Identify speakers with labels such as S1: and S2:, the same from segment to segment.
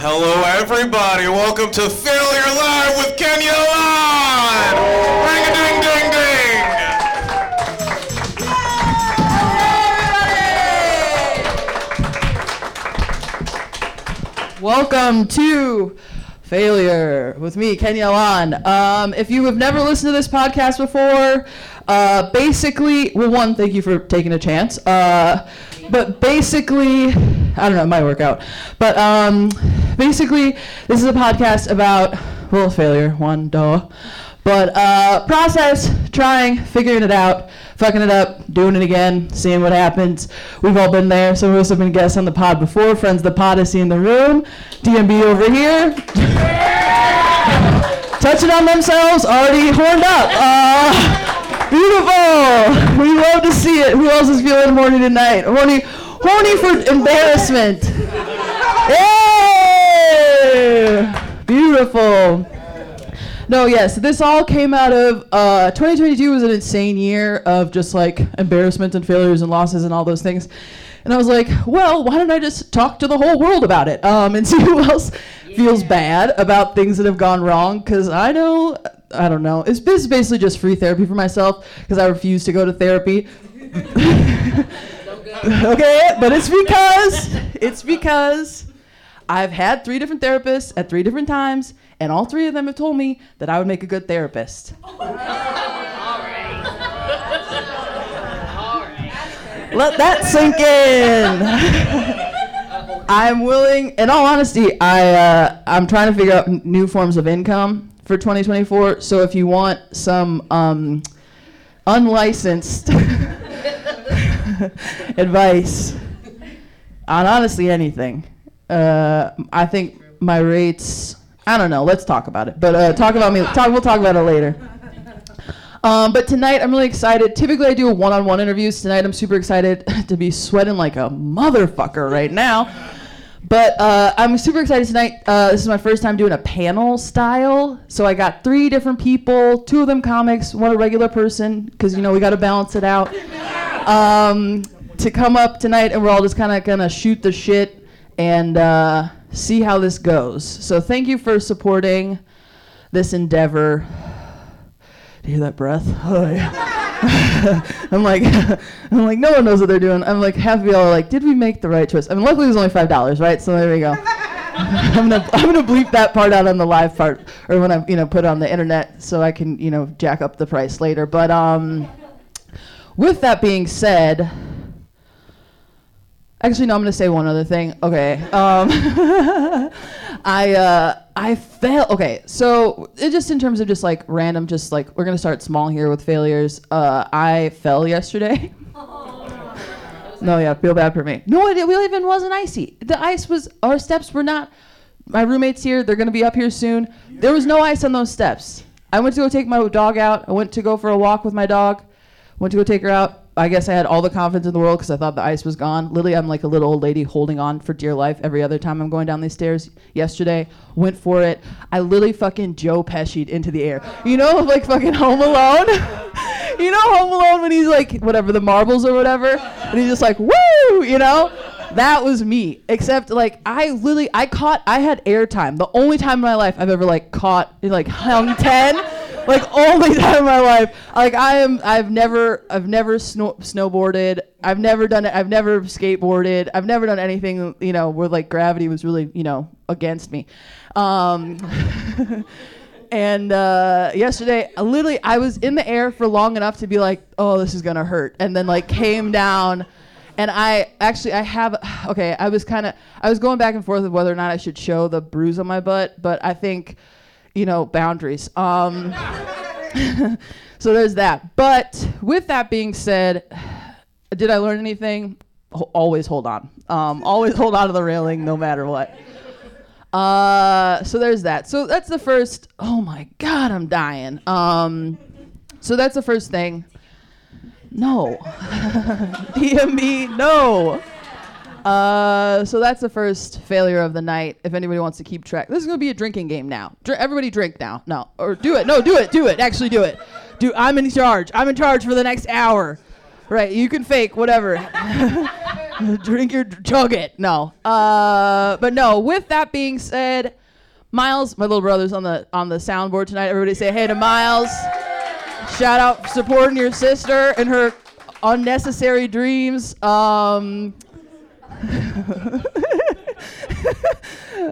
S1: Hello, everybody. Welcome to Failure Live with Kenya Lon. Ring a ding, ding, ding.
S2: Welcome to Failure with me, Kenya Alon. Um, if you have never listened to this podcast before, uh, basically, well, one, thank you for taking a chance. Uh, but basically, I don't know, it might work out. But um, basically, this is a podcast about, well, failure, one, duh. But uh, process, trying, figuring it out, fucking it up, doing it again, seeing what happens. We've all been there. Some of us have been guests on the pod before. Friends of the pod is in the room. DMB over here. Touching on themselves, already horned up. Uh, beautiful. We love to see it. Who else is feeling horny tonight? Horny, horny for embarrassment. Yay! Beautiful. No, yes, this all came out of uh, 2022 was an insane year of just like embarrassment and failures and losses and all those things. And I was like, well, why don't I just talk to the whole world about it um, and see who else feels bad about things that have gone wrong? Because I know, I don't know. It's, this is basically just free therapy for myself because I refuse to go to therapy okay, but it's because it's because I've had three different therapists at three different times, and all three of them have told me that I would make a good therapist. Let that sink in. I'm willing, in all honesty, I uh, I'm trying to figure out n- new forms of income for 2024. So if you want some um, unlicensed advice on honestly anything. Uh, I think my rates. I don't know. Let's talk about it. But uh, talk about me. Talk. We'll talk about it later. Um, but tonight I'm really excited. Typically I do a one-on-one interviews. Tonight I'm super excited to be sweating like a motherfucker right now. But uh, I'm super excited tonight. Uh, this is my first time doing a panel style. So I got three different people, two of them comics, one a regular person, because, you know, we got to balance it out um, to come up tonight, and we're all just kind of gonna shoot the shit and uh, see how this goes. So thank you for supporting this endeavor. Do you hear that breath? Oh, yeah. I'm like, I'm like, no one knows what they're doing. I'm like, half of y'all are like, did we make the right choice? I mean, luckily it was only five dollars, right? So there we go. I'm gonna, I'm gonna bleep that part out on the live part, or when I, you know, put it on the internet, so I can, you know, jack up the price later. But um. With that being said, actually, no, I'm gonna say one other thing. Okay, um, I uh, I fail. Okay, so it just in terms of just like random, just like we're gonna start small here with failures. Uh, I fell yesterday. no, yeah, feel bad for me. No, it, it even wasn't icy. The ice was our steps were not. My roommates here. They're gonna be up here soon. There was no ice on those steps. I went to go take my dog out. I went to go for a walk with my dog. Went to go take her out. I guess I had all the confidence in the world because I thought the ice was gone. Literally, I'm like a little old lady holding on for dear life every other time I'm going down these stairs. Yesterday, went for it. I literally fucking Joe Pesci'd into the air. You know, like fucking Home Alone? you know, Home Alone when he's like, whatever, the marbles or whatever? And he's just like, woo! You know? that was me. Except like I literally I caught I had air time. The only time in my life I've ever like caught like hung ten. Like only time in my life. Like I am I've never I've never snow, snowboarded. I've never done it. I've never skateboarded. I've never done anything, you know, where like gravity was really, you know, against me. Um and uh, yesterday I literally i was in the air for long enough to be like oh this is gonna hurt and then like came down and i actually i have okay i was kind of i was going back and forth with whether or not i should show the bruise on my butt but i think you know boundaries um so there's that but with that being said did i learn anything Ho- always hold on um, always hold on to the railing no matter what uh, so there's that. So that's the first. Oh my God, I'm dying. Um, so that's the first thing. No. DM me, no. Uh, so that's the first failure of the night. If anybody wants to keep track, this is gonna be a drinking game now. Dr- everybody drink now. No, or do it. No, do it. Do it. Actually, do it. Do. I'm in charge. I'm in charge for the next hour. Right. You can fake whatever. drink your chug it. No. Uh, but no. With that being said, Miles, my little brother's on the on the soundboard tonight. Everybody say hey to Miles. Shout out for supporting your sister and her unnecessary dreams. Um,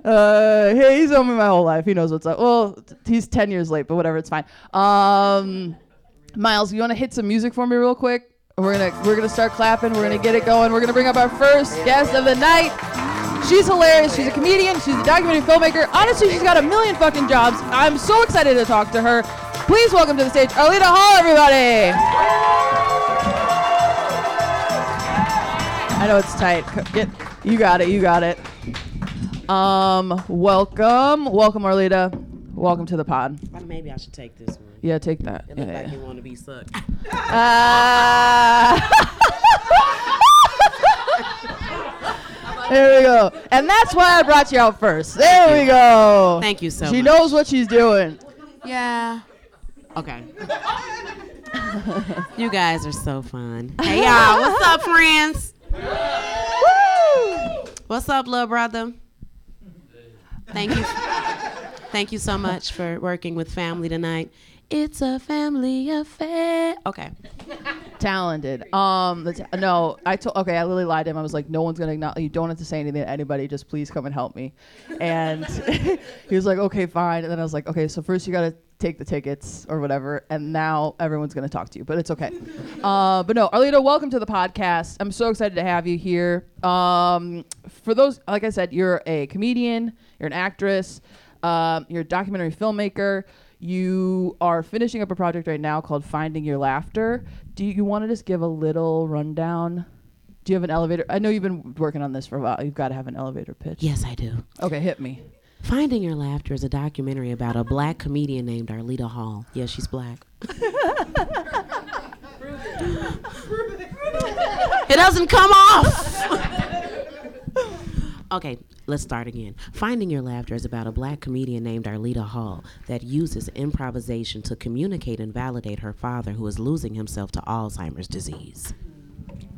S2: uh, hey, he's known me my whole life. He knows what's up. Well, t- he's 10 years late, but whatever, it's fine. Um, Miles, you want to hit some music for me real quick? We're gonna we're gonna start clapping. We're gonna get it going. We're gonna bring up our first guest of the night. She's hilarious. She's a comedian. She's a documentary filmmaker. Honestly, she's got a million fucking jobs. I'm so excited to talk to her. Please welcome to the stage Arlita Hall, everybody. I know it's tight. C- Get, you got it. You got it. Um, welcome, welcome, Arlita. Welcome to the pod.
S3: Well, Maybe I should take this one.
S2: Yeah, take that.
S3: It
S2: Yeah,
S3: looked like
S2: yeah.
S3: you want to be sucked.
S2: Uh, Ah. there we go. And that's why I brought you out first. There we go.
S3: Thank you so
S2: She
S3: much.
S2: knows what she's doing.
S4: Yeah.
S3: Okay. you guys are so fun. Hey y'all, what's up, friends? What's up, little brother? Thank you. Thank you so much for working with family tonight. It's a family affair. Okay.
S2: Talented. Um, the ta- no, I told. Okay, I literally lied to him. I was like, no one's gonna acknowledge. You don't have to say anything to anybody. Just please come and help me. And he was like, okay, fine. And then I was like, okay, so first you gotta take the tickets or whatever, and now everyone's gonna talk to you, but it's okay. uh, but no, Arlita, welcome to the podcast. I'm so excited to have you here. Um, for those, like I said, you're a comedian. You're an actress. Um, you're a documentary filmmaker. You are finishing up a project right now called Finding Your Laughter. Do you, want to just give a little rundown? Do you have an elevator? I know you've been working on this for a while. You've got to have an elevator pitch.
S3: Yes, I do.
S2: Okay, hit me.
S3: Finding Your Laughter is a documentary about a black comedian named Arlita Hall. Yeah, she's black. it doesn't come off. okay, let's start again. Finding Your Laughter is about a black comedian named Arlita Hall that uses improvisation to communicate and validate her father who is losing himself to Alzheimer's disease.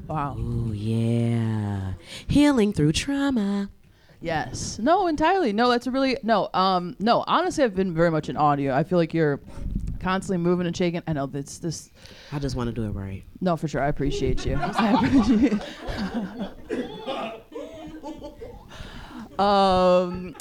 S2: Wow.
S3: Ooh, yeah. Healing through trauma.
S2: Yes. No, entirely. No, that's a really no. Um, no. Honestly, I've been very much in audio. I feel like you're constantly moving and shaking. I know this. This.
S3: I just want to do it right.
S2: No, for sure. I appreciate you. I appreciate um,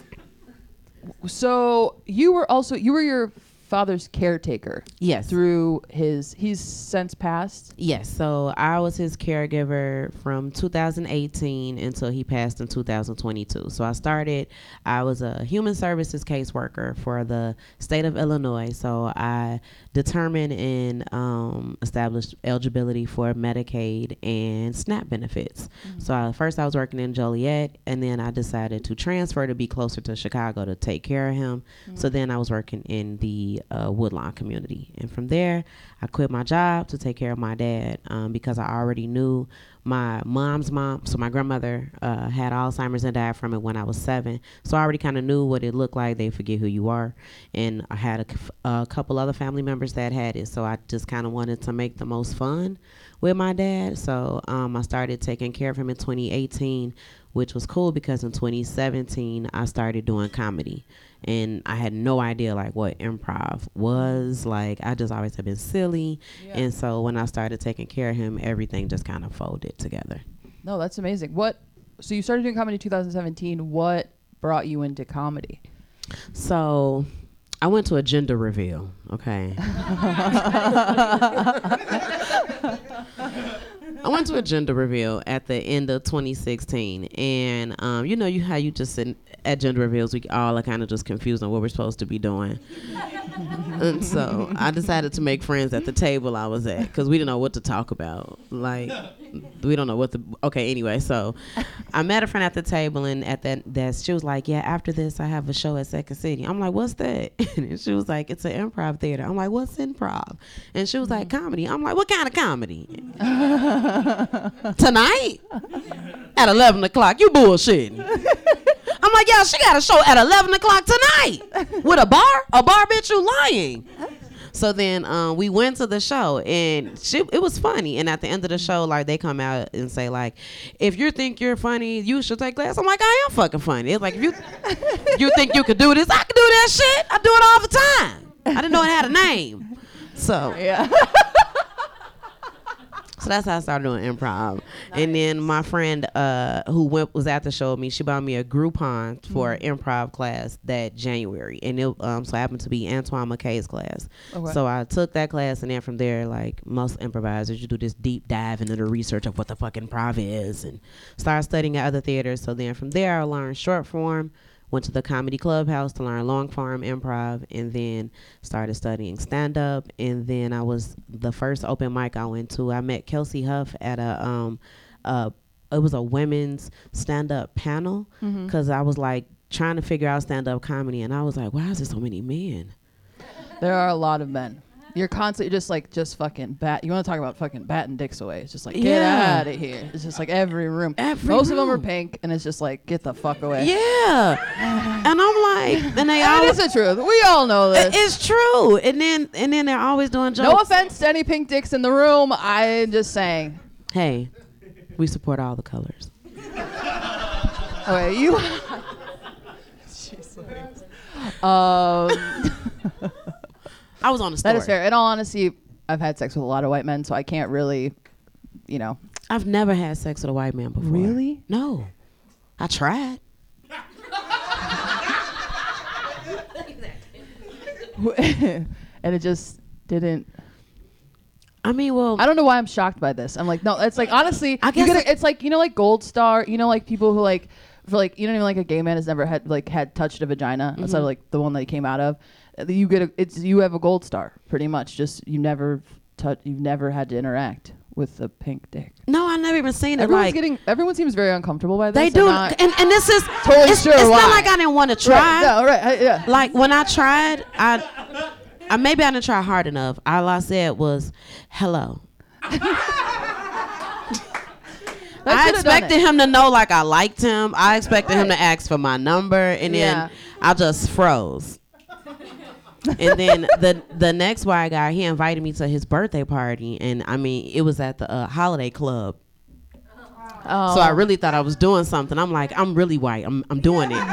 S2: so you were also you were your father's caretaker
S3: Yes.
S2: through his he's since passed.
S3: Yes, so I was his caregiver from 2018 until he passed in 2022. So I started, I was a human services caseworker for the state of Illinois. So I determined and um, established eligibility for Medicaid and SNAP benefits. So I, first I was working in Joliet, and then I decided to transfer to be closer to Chicago to take care of him. So then I was working in the uh, Woodlawn community. And from there, I quit my job to take care of my dad um, because I already knew my mom's mom. So my grandmother uh, had Alzheimer's and died from it when I was seven. So I already kind of knew what it looked like. They forget who you are. And I had a, c- a couple other family members that had it. So I just kind of wanted to make the most fun with my dad. So um, I started taking care of him in 2018, which was cool because in 2017 I started doing comedy, and I had no idea like what improv was. Like I just always had been silly, and so when I started taking care of him, everything just kind of folded together.
S2: No, that's amazing. What? So you started doing comedy in 2017. What brought you into comedy?
S3: So I went to a gender reveal. Okay. I went to a gender reveal at the end of 2016, and um, you know you how you just sit at gender reveals, we all are kind of just confused on what we're supposed to be doing. and so I decided to make friends at the table I was at because we didn't know what to talk about. Like, we don't know what the. Okay, anyway, so I met a friend at the table, and at that, that she was like, Yeah, after this, I have a show at Second City. I'm like, What's that? And she was like, It's an improv theater. I'm like, What's improv? And she was like, Comedy. I'm like, What kind of comedy? Tonight? At 11 o'clock. You bullshitting. I'm like, yo, she got a show at 11 o'clock tonight with a bar? A bar, bitch, you lying. So then um, we went to the show and she, it was funny. And at the end of the show, like they come out and say like, if you think you're funny, you should take class. I'm like, I am fucking funny. It's like if you you think you could do this, I can do that shit. I do it all the time. I didn't know it had a name. So
S2: Yeah.
S3: so that's how I started doing improv. And then my friend uh, who went was at the show with me. She bought me a Groupon for an improv class that January, and it um, so happened to be Antoine McKay's class.
S2: Okay.
S3: So I took that class, and then from there, like most improvisers, you do this deep dive into the research of what the fuck improv is, and start studying at other theaters. So then from there, I learned short form. Went to the comedy clubhouse to learn long form improv, and then started studying stand up. And then I was the first open mic I went to. I met Kelsey Huff at a um, a it was a women's stand up panel because I was like trying to figure out stand up comedy, and I was like, why is there so many men?
S2: There are a lot of men. You're constantly just like just fucking bat. You want to talk about fucking batting dicks away? It's just like get
S3: Yeah.
S2: out of here. It's just like every room.
S3: Every
S2: Most of them are
S3: room.
S2: pink, and it's just like get the fuck away.
S3: Yeah, and I'm like, and they
S2: that
S3: always
S2: is the truth. We all know
S3: It-
S2: this.
S3: It's true. And then and then they're always doing jokes.
S2: no offense to any pink dicks in the room. I'm just saying.
S3: Hey, we support all the colors.
S2: Okay, you. um,
S3: I was on a story.
S2: that is fair. In all honesty, I've had sex with a lot of white men, so I can't really, you know.
S3: I've never had sex with a white man before.
S2: Really?
S3: No. I tried.
S2: and it just didn't.
S3: I mean, well,
S2: I don't know why I'm shocked by this. I'm like, no, it's like honestly,
S3: I
S2: you
S3: guess
S2: get
S3: it-
S2: a, it's like you know, like gold star. You know, like people who like for like you know, like a gay man has never had like had touched a vagina
S3: Mm-hmm.
S2: outside of like the one that he came out of. Uh, You get a, it's you have a gold star pretty much. Just you never touch, you've never had to interact with a pink dick.
S3: no, I never even seen it.
S2: Everyone's
S3: like
S2: getting everyone seems very uncomfortable by this.
S3: they
S2: and
S3: do,
S2: not-
S3: and and this is
S2: Totally
S3: it's,
S2: sure
S3: It's
S2: why.
S3: not like I didn't want to try.
S2: right, no, right, I- yeah.
S3: like when I tried, I, I maybe I didn't try hard enough. All I said was, "Hello."
S2: That
S3: I
S2: should've done
S3: expected
S2: it.
S3: him to know like I liked him. I expected him to ask for my number, and
S2: Yeah.
S3: then I just froze. and then the the next white guy, he invited me to his birthday party, and I mean, it was at the uh, Holiday Club.
S2: Oh.
S3: So I really thought I was doing something. I'm like, I'm really white. I'm I'm doing it.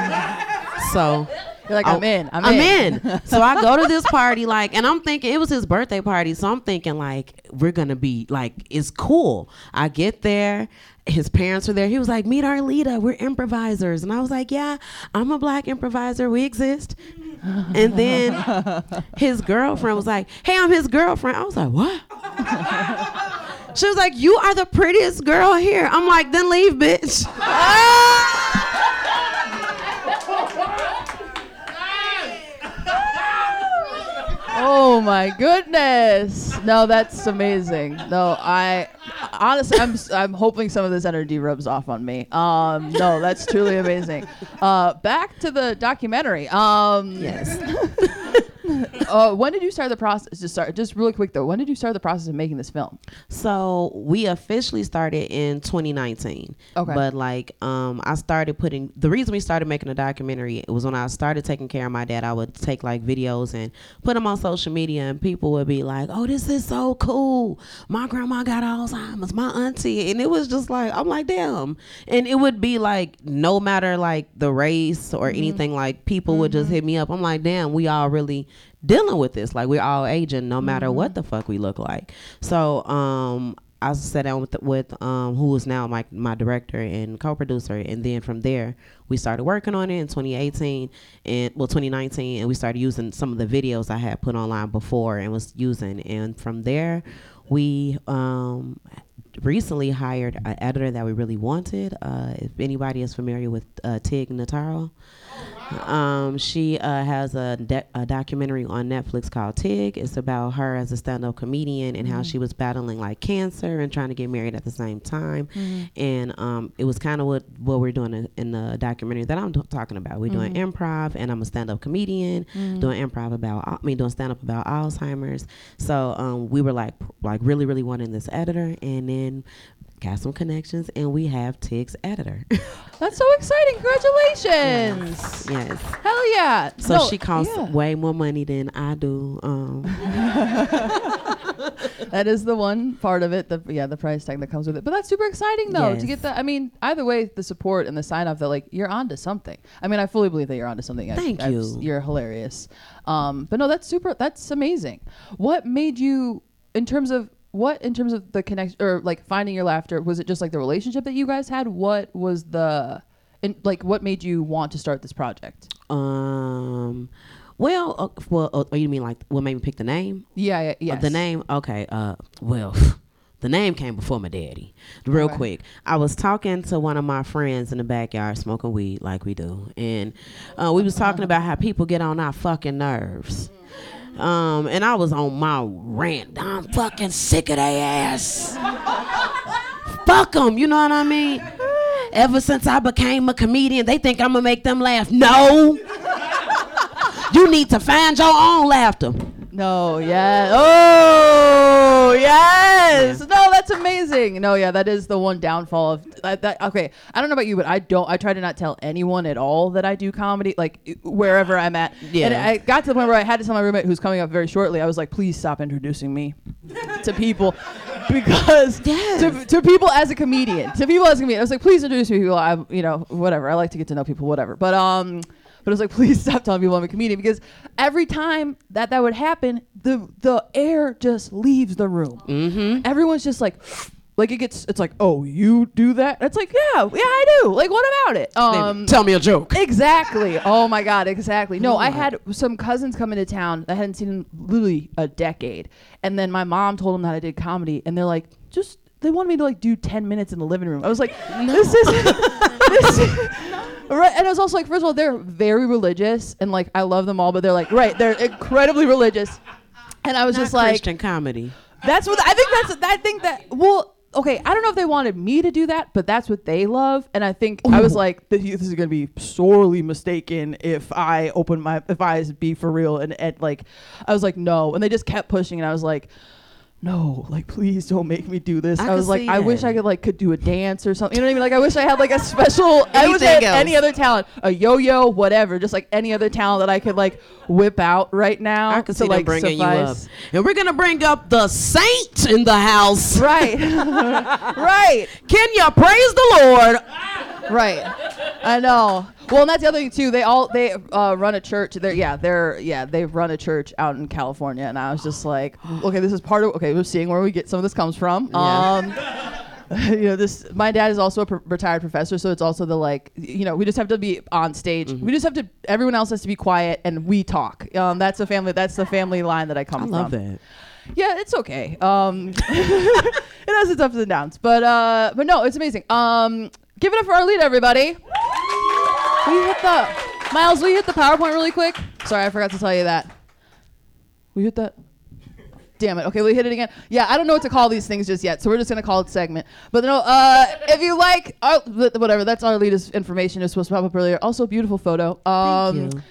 S3: So
S2: You're like,
S3: I-
S2: I'm in. I'm,
S3: Oh, in. so I go to this party, like, and I'm thinking it was his birthday party. So I'm thinking, like, we're gonna be like, it's cool. I get there. His parents were there. He was like, "Meet our leader. We're improvisers." And I was like, "Yeah, I'm a black improviser. We exist." And then his girlfriend was like, "Hey, I'm his girlfriend." I was like, "What?" She was like, "You are the prettiest girl here." I'm like, "Then leave, bitch."
S2: Oh my goodness! No, that's amazing. No, I honestly, I'm I'm hoping some of this energy rubs off on me. Um, no, that's truly amazing. Uh, back to the documentary. Um,
S3: Yes.
S2: uh, when did you start the process? Just start, just really quick though. When did you start the process of making this film?
S3: So we officially started in 2019.
S2: Okay.
S3: But like, um, I started putting the reason we started making a documentary was when I started taking care of my dad. I would take like videos and put them on social media, and people would be like, "Oh, this is so cool! My grandma got Alzheimer's, my auntie," and it was just like, I'm like, damn. And it would be like, no matter like the race or anything, like people would just hit me up. I'm like, damn, we all really dealing with this. Like we're all aging, no matter what the fuck we look like. So um, I sat down with with um, who is now my my director and co-producer, and then from there we started working on it in 2018 and well 2019, and we started using some of the videos I had put online before and was using, and from there we um, recently hired an editor that we really wanted. Uh, if anybody is familiar with uh, Tig Notaro, um, she uh, has a, de- a documentary on Netflix called Tig. It's about her as a stand-up comedian and how she was battling like cancer and trying to get married at the same time. And um, it was kind of what what we're doing in, in the documentary that I'm do- talking about. We're doing
S2: Mm-hmm.
S3: improv, and I'm a stand-up comedian doing improv about I mean doing stand-up about Alzheimer's. So um, we were like p- like really really wanting this editor, and then got some connections, and we have Tig's editor.
S2: That's so exciting. Congratulations.
S3: yes.
S2: Hell yeah.
S3: So
S2: No,
S3: she costs
S2: yeah.
S3: way more money than I do. Um,
S2: That is the one part of it. The yeah, the price tag that comes with it. But that's super exciting though to
S3: Yes.
S2: get that. I mean, either way, the support and the sign off that like you're onto something. I mean, I fully believe that you're onto something. I-
S3: Thank
S2: I've-
S3: you.
S2: You're hilarious. Um, but no, that's super. That's amazing. What made you in terms of what in terms of the connection or like finding your laughter? Was it just like the relationship that you guys had? What was the and like what made you want to start this project?
S3: um, well, uh, well, uh, you mean like what made me pick the name?
S2: Yeah, yeah,
S3: Uh,
S2: yes.
S3: The name, okay. Uh, well, the name came before my daddy. Real
S2: Okay.
S3: quick, I was talking to one of my friends in the backyard smoking weed like we do, and uh, we was
S2: Uh-huh.
S3: talking about how people get on our fucking nerves. Um, and I was on my rant. I'm fucking sick of they ass. Fuck them, you know what I mean? Ever since I became a comedian, they think I'm gonna make them laugh. No. You need to find your own laughter.
S2: No, yeah. Oh, yes. No, that's amazing. No, yeah, that is the one downfall of that, that. Okay, I don't know about you, but I don't. I try to not tell anyone at all that I do comedy, like i- wherever I'm at.
S3: Yeah.
S2: And I got to the point where I had to tell my roommate, who's coming up very shortly, I was like, please stop introducing me to people, because
S3: Yes.
S2: to, to people as a comedian, to people as a comedian, I was like, please introduce me to people. I, you know, whatever. I like to get to know people, whatever. But um. But I was like, please stop telling people I'm a comedian because every time that that would happen, the the air just leaves the room. Mm-hmm. Everyone's just like, like it gets. It's like, oh, you do that? It's like, yeah, yeah, I do. Like, what about it? Um,
S3: Tell me a joke.
S2: Exactly. Oh my God. Exactly. No, I had some cousins come into town that I hadn't seen in literally a decade, and then my mom told them that I did comedy, and they're like, just they wanted me to like do ten minutes in the living room. I was like, this is this. is- Right, and I was also like, first of all, they're very religious, and like I love them all, but they're like, right, they're incredibly religious, and I was just like,
S3: Christian comedy.
S2: that's what I think. That's I think that. Well, okay. I don't know if they wanted me to do that, but that's what they love, and I think I was like, this this is gonna be sorely mistaken if I open my if I be for real and, and like, I was like no, and they just kept pushing, and I was like. No, like please don't make me do this.
S3: I
S2: I,
S3: could
S2: was like,
S3: see
S2: I wish
S3: it.
S2: I could like could do a dance or something. You know what I mean? Like I wish I had like a special. I wish I had
S4: Anything else.
S2: any other talent, a yo-yo, whatever, just like any other talent that I could like whip out right now.
S3: I can see
S2: to, like
S3: them bringing
S2: suffice.
S3: you up. And we're going to bring up the saint in the house.
S2: Right, right.
S3: Can you praise the Lord?
S2: Right. I know. Well, and that's the other thing too. They all they uh, run a church. They're yeah, they're yeah, they run a church out in California, and I was just like, okay, this is part of okay. We're seeing where we get some of this comes from. Um, you know, this my dad is also a pr- retired professor, so it's also the like, you know, we just have to be on stage.
S3: Mm-hmm.
S2: We just have to. Everyone else has to be quiet, and we talk. Um, that's a family. That's the family line that I come
S3: I
S2: from.
S3: love that.
S2: Yeah, it's okay. Um, it has its ups and downs, but uh, but no, it's amazing. Um, give it up for our lead, everybody. We hit the Miles. We hit the PowerPoint really quick. Sorry, I forgot to tell you that. We hit that. Damn it. Okay, we hit it again. Yeah, I don't know what to call these things just yet, so we're just gonna call it segment. But no, uh, if you like, our, whatever. That's our latest information. It's supposed to pop up earlier. Also, beautiful photo. Um,
S3: Thank you.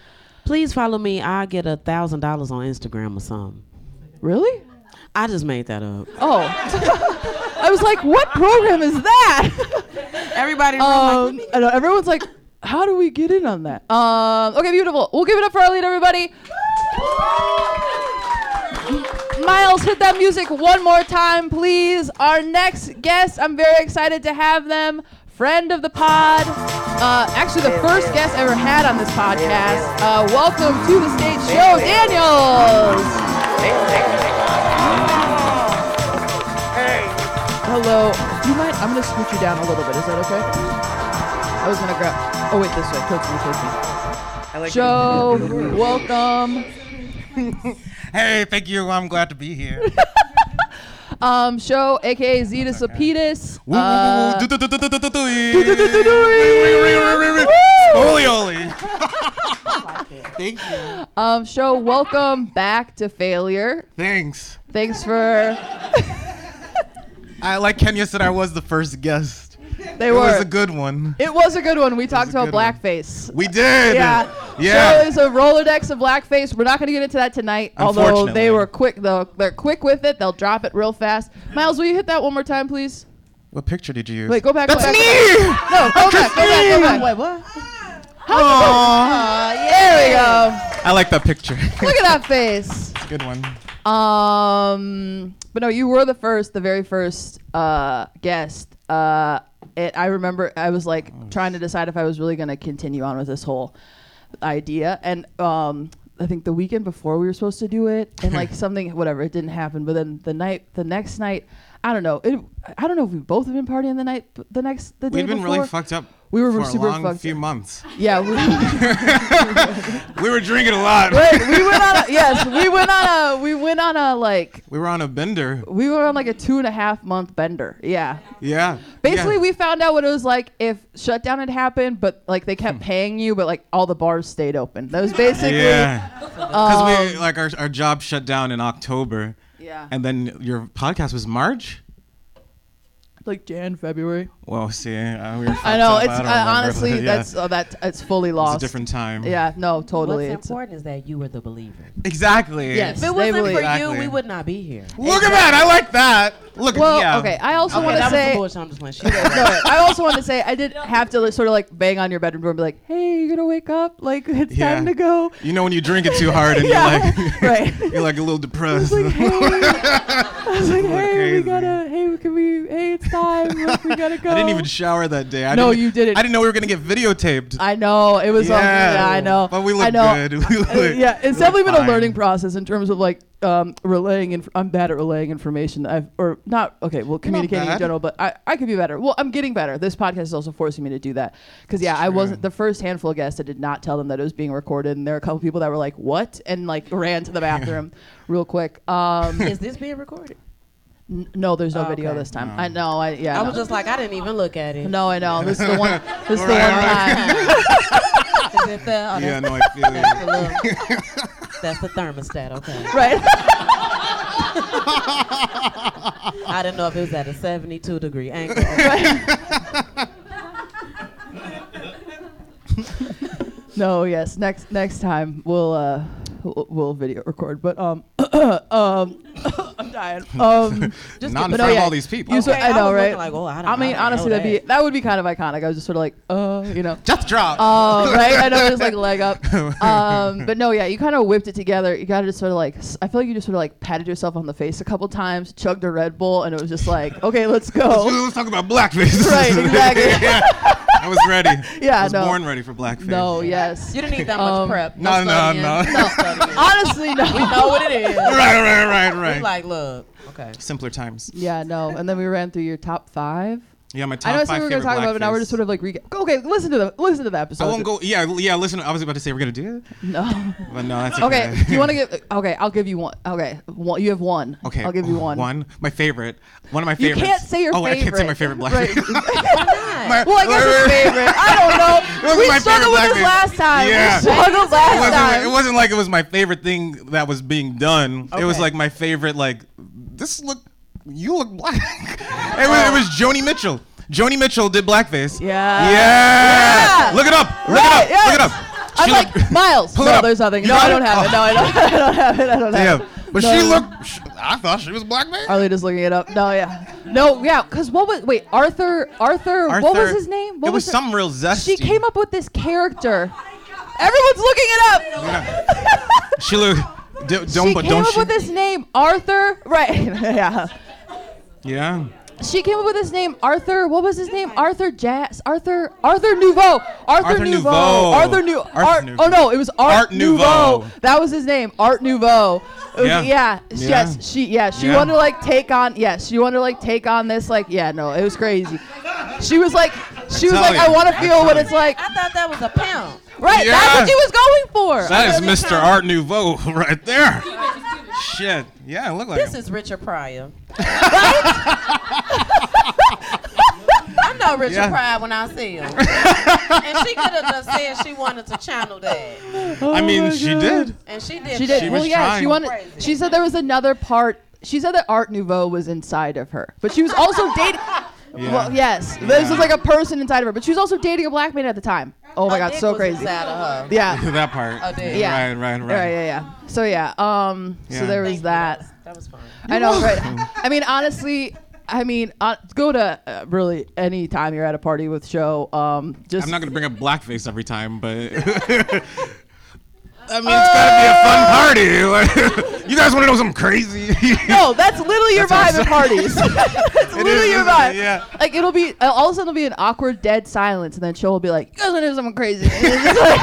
S3: Please follow me. I get a $1,000 on Instagram or something.
S2: Really?
S3: I just made that up.
S2: Oh. I was like, what program is that?
S3: Everybody,
S2: Um, I know everyone's like, how do we get in on that? Um, okay, beautiful. We'll give it up for our lead, everybody. Miles, hit that music one more time, please. Our next guest, I'm very excited to have them. Friend of the pod, uh, actually the first guest ever had on this podcast. Uh, welcome to the stage show, Daniels. Hello. Do you mind? I'm gonna scoot you down a little bit. Is that okay? I was gonna grab. Oh wait, this way. Towards me, towards me.
S4: I like
S2: Joe, welcome.
S5: Hey, thank you. I'm glad to be here.
S2: Um, show, aka Zeta Sapetis.
S1: Woo, woo,
S2: Uh,
S1: woo, woo, do-do-do-do-do-do-do-y. Spolioli.
S4: Thank you.
S2: um, show, welcome back to failure.
S4: Thanks.
S2: Thanks for
S4: I like Kenya said I was the first guest.
S2: they
S4: It
S2: were.
S4: was a good one.
S2: it was a good one. We talked
S4: a
S2: about
S4: good one.
S2: blackface.
S4: We did.
S2: yeah.
S4: Yeah.
S2: So it's a Rolodex of blackface. We're not going to get into that tonight. Although
S4: Unfortunately.
S2: they were quick, though. They're quick with it. They'll drop it real fast. Miles, will you hit that one more time, please?
S4: What picture did you use?
S2: Wait, go back.
S4: That's
S2: go back,
S4: me.
S2: No, go back. Go back. Go back.
S3: Wait, what?
S4: Aw.
S2: Uh, there we go.
S4: I like that picture.
S2: Look at that face.
S4: good one.
S2: Um, but no, you were the first, the very first uh, guest. Uh, it, I remember I was like
S4: Oh,
S2: trying to decide if I was really going to continue on with this whole idea, and um, I think the weekend before we were supposed to do it, and like something, whatever, it didn't happen. But then the night, the next night, I don't know. It, I don't know if we both have been partying the night, b- the next, the day
S4: We've been
S2: before.
S4: really fucked up.
S2: We were
S4: for
S2: super
S4: a long
S2: fucked
S4: few
S2: up.
S4: months.
S2: Yeah, we,
S4: We were drinking a lot.
S2: Wait, we went on a yes, we went on a we went on a like
S4: We were on a bender.
S2: we were on like a two and a half month bender. Yeah.
S4: Yeah.
S2: Basically
S4: yeah.
S2: we found out what it was like if shutdown had happened, but like they
S4: Hmm.
S2: kept paying you, but like all the bars stayed open. That was basically
S4: Yeah. Because we
S2: um,
S4: like our our job shut down in October.
S2: Yeah.
S4: And then your podcast was March.
S2: like Jan, February.
S4: Well, see, uh, we were
S2: I
S4: fucked
S2: know
S4: up.
S2: it's
S4: don't
S2: uh,
S4: remember,
S2: honestly
S4: but yeah.
S2: that's oh, that it's fully
S4: It's
S2: lost.
S4: a different time.
S2: yeah, no, totally.
S3: What's
S2: It's- uh,
S3: important is that you were the believer.
S4: Exactly.
S2: Yes.
S3: If it
S2: They
S3: wasn't for
S2: believe.
S4: Exactly.
S3: you, we would not be here.
S4: Look at that. I like that. Look.
S2: well,
S4: yeah.
S2: okay. I also
S3: Okay,
S2: want to
S3: that was
S2: say
S3: some bullshit. I'm just playing. She's
S2: No, wait, I also want to say I did have to like, sort of like bang on your bedroom door and be like, "Hey, you're gonna wake up? Like it's
S4: Yeah.
S2: time to go."
S4: You know when you drink it too hard and
S2: Yeah,
S4: you're like
S2: right.
S4: you're like a little depressed.
S2: like, hey, I was like, hey, we
S4: crazy.
S2: gotta, hey, can we, hey, it's time, like, we gotta go.
S4: I didn't even shower that day. I
S2: No,
S4: didn't-
S2: you didn't.
S4: I didn't know we were gonna get videotaped.
S2: I know it was. Yeah, yeah I know.
S4: But we
S2: I
S4: look
S2: know.
S4: good. We look,
S2: Uh, yeah,
S4: we
S2: it's
S4: look
S2: definitely been
S4: fine.
S2: a learning process in terms of like um, relaying. Inf- I'm bad at relaying information. that I've or not. Okay, well, communicating in
S4: bad.
S2: general, but I, I could be better. Well, I'm getting better. This podcast is also forcing me to do that because yeah, I wasn't the first handful of guests. I did not tell them that it was being recorded, and there were a couple people that were like, "What?" and like ran to the bathroom real quick. Um,
S3: is this being recorded?
S2: n- no, there's no
S3: Oh,
S2: video
S3: okay.
S2: this time. I know. I yeah.
S3: I
S2: no.
S3: was just like, I didn't even look at it.
S2: No, I know. This is the one. This is the one
S4: Alright,
S2: time.
S3: Is it the, oh,
S4: Yeah,
S3: that's,
S4: no, I feel
S3: that's,
S4: you.
S3: the little, that's the thermostat. Okay.
S2: Right.
S3: I didn't know if it was at a 72 degree angle.
S2: no. Yes. Next. Next time we'll uh we'll, we'll video record. But um um I'm dying. Um.
S3: Just
S4: Not in front
S2: but no,
S4: of
S2: yeah.
S4: all these people.
S2: You so-
S3: Okay,
S2: I know,
S3: was
S2: right?
S3: looking Like, oh, I, don't,
S2: I mean,
S3: don't
S2: honestly,
S3: know
S2: that'd be that would be kind of iconic. I was just sort of like, uh, you know.
S4: Just drop.
S2: Uh, right, I know, just like leg up. Um, but no, yeah, you kind of whipped it together. You got to just sort of like, s- I feel like you just sort of like patted yourself on the face a couple times, chugged a Red Bull, and it was just like, okay, let's go.
S4: Let's talk about blackface.
S2: Right, exactly.
S4: Yeah, I was ready.
S2: Yeah,
S4: I was
S2: no.
S4: born ready for blackface.
S2: No, yes.
S3: You didn't need that much
S2: Um,
S3: prep.
S4: No, no,
S3: studying.
S4: no.
S3: No studying.
S2: Honestly, no.
S3: we know what it is.
S4: right, right, right,
S3: We
S4: right.
S3: like, look, okay.
S4: Simpler times.
S2: Yeah, no. And then we ran through your top five.
S4: Yeah, my top
S2: I know that's
S4: five
S2: what we were
S4: favorite
S2: gonna talk about, but now we're
S4: blackface.
S2: just sort of like recap. Okay, listen to the listen to the episode.
S4: I won't go. Yeah, l- yeah. Listen, I was about to say we're gonna do it,
S2: No.
S4: but no, that's okay.
S2: Okay. do you want to give? Okay, I'll give you one. Okay, one, you have one.
S4: Okay,
S2: I'll give you
S4: oh,
S2: one.
S4: One, my favorite. One of my
S2: You
S4: favorites.
S2: can't say your
S4: oh,
S2: favorite.
S4: I can't say my favorite
S2: Right.
S4: blackface.
S3: Why
S2: Well, I guess it's favorite. I
S4: It
S2: don't know.
S4: was
S2: We
S4: my
S2: struggled with
S4: favorite
S2: this
S4: black
S2: last time.
S4: Yeah.
S2: We struggled
S4: it,
S2: last
S4: wasn't,
S2: time.
S4: like- it wasn't like it was my favorite thing that was being done. It was
S3: Okay.
S4: like my favorite. Like this look, you look black. it, was, it was Joni Mitchell. Joni Mitchell did blackface.
S2: Yeah.
S4: Yeah.
S2: Yeah.
S4: Look it up. Look it
S2: Right,
S4: up.
S2: yes.
S4: Look it up.
S2: I'm
S4: She
S2: like
S4: looked-
S2: Miles.
S4: Pull it
S2: no,
S4: up.
S2: there's nothing.
S4: You
S2: No, I
S4: got
S2: don't
S4: it?
S2: have it. No, I don't. I don't have it. I don't have
S4: Damn.
S2: it.
S4: But
S2: No.
S4: she looked. sh I thought she was blackface.
S2: Arlita's looking it up. No, yeah. No, yeah. Because what was wait Arthur, Arthur? what was
S4: Arthur-
S2: his name? What
S4: it was,
S2: her-
S4: some real zesty.
S2: She came up with this character. Everyone's looking it up.
S4: She looked. d- don't
S2: she
S4: but
S2: came
S4: don't
S2: up
S4: she?
S2: with this name, Arthur. Right. yeah.
S4: Yeah.
S2: She came up with this name, Arthur. What was his name? Arthur Jazz. Arthur. Arthur Nouveau. Arthur,
S4: Arthur
S2: Nouveau.
S4: Nouveau.
S2: Arthur New.
S4: Arthur
S2: Art,
S4: Nouveau.
S2: oh no, it was Art,
S4: Art
S2: Nouveau.
S4: Nouveau.
S2: That was his name, Art Nouveau. It was-
S4: Yeah.
S2: yeah.
S4: Yeah.
S2: Yes. She. Yeah. She
S4: Yeah.
S2: wanted to like take on. Yes. She wanted to like take on this. Like. Yeah. No. It was crazy. She was like. She was
S4: tell
S2: like.
S4: you.
S2: I want to
S4: I
S2: feel
S4: tell
S2: what
S4: you.
S2: it's like.
S3: I thought that was a pound.
S2: Right. That's
S4: Yeah.
S2: what she was going for.
S4: That is
S3: Another
S4: Mr.
S3: time.
S4: Art Nouveau right there. Shit. Yeah, it looked like
S3: This
S4: him.
S3: is Richard Pryor.
S5: I know Richard
S4: Yeah.
S5: Pryor when I see him. and she could have just said she wanted to channel that.
S2: Oh
S4: I mean, she did.
S5: And she did.
S2: She did.
S4: She
S2: well,
S4: was
S2: yeah, she
S4: trying.
S2: wanted.
S5: Crazy.
S2: She said there was another part. She said that Art Nouveau was inside of her, but she was also dating. Well, yes, this was like a person inside of her, but she was also dating a black man at the time. Oh my
S5: Her
S2: god,
S5: dick
S2: so
S5: was
S2: crazy.
S5: Inside of her.
S2: Yeah.
S4: that part.
S5: Oh, dude.
S2: Yeah.
S4: Right, right, right.
S2: Right, yeah, yeah. So yeah, um,
S4: Yeah.
S2: so there was that.
S5: That was fun.
S2: I know, right? I mean, honestly, I mean, uh, go to uh, really any time you're at a party with show. Um, just
S4: I'm not gonna bring up blackface every time, but I mean, it's gotta be a fun party. Like, you guys want to know something crazy?
S2: Oh! No, that's literally your
S4: That's
S2: vibe at parties. that's literally
S4: is,
S2: your
S4: isn't it?
S2: vibe.
S4: Yeah.
S2: Like it'll be uh, all of a sudden there'll be an awkward dead silence, and then Cho will be like, "You guys want to do something crazy?" And it's just like-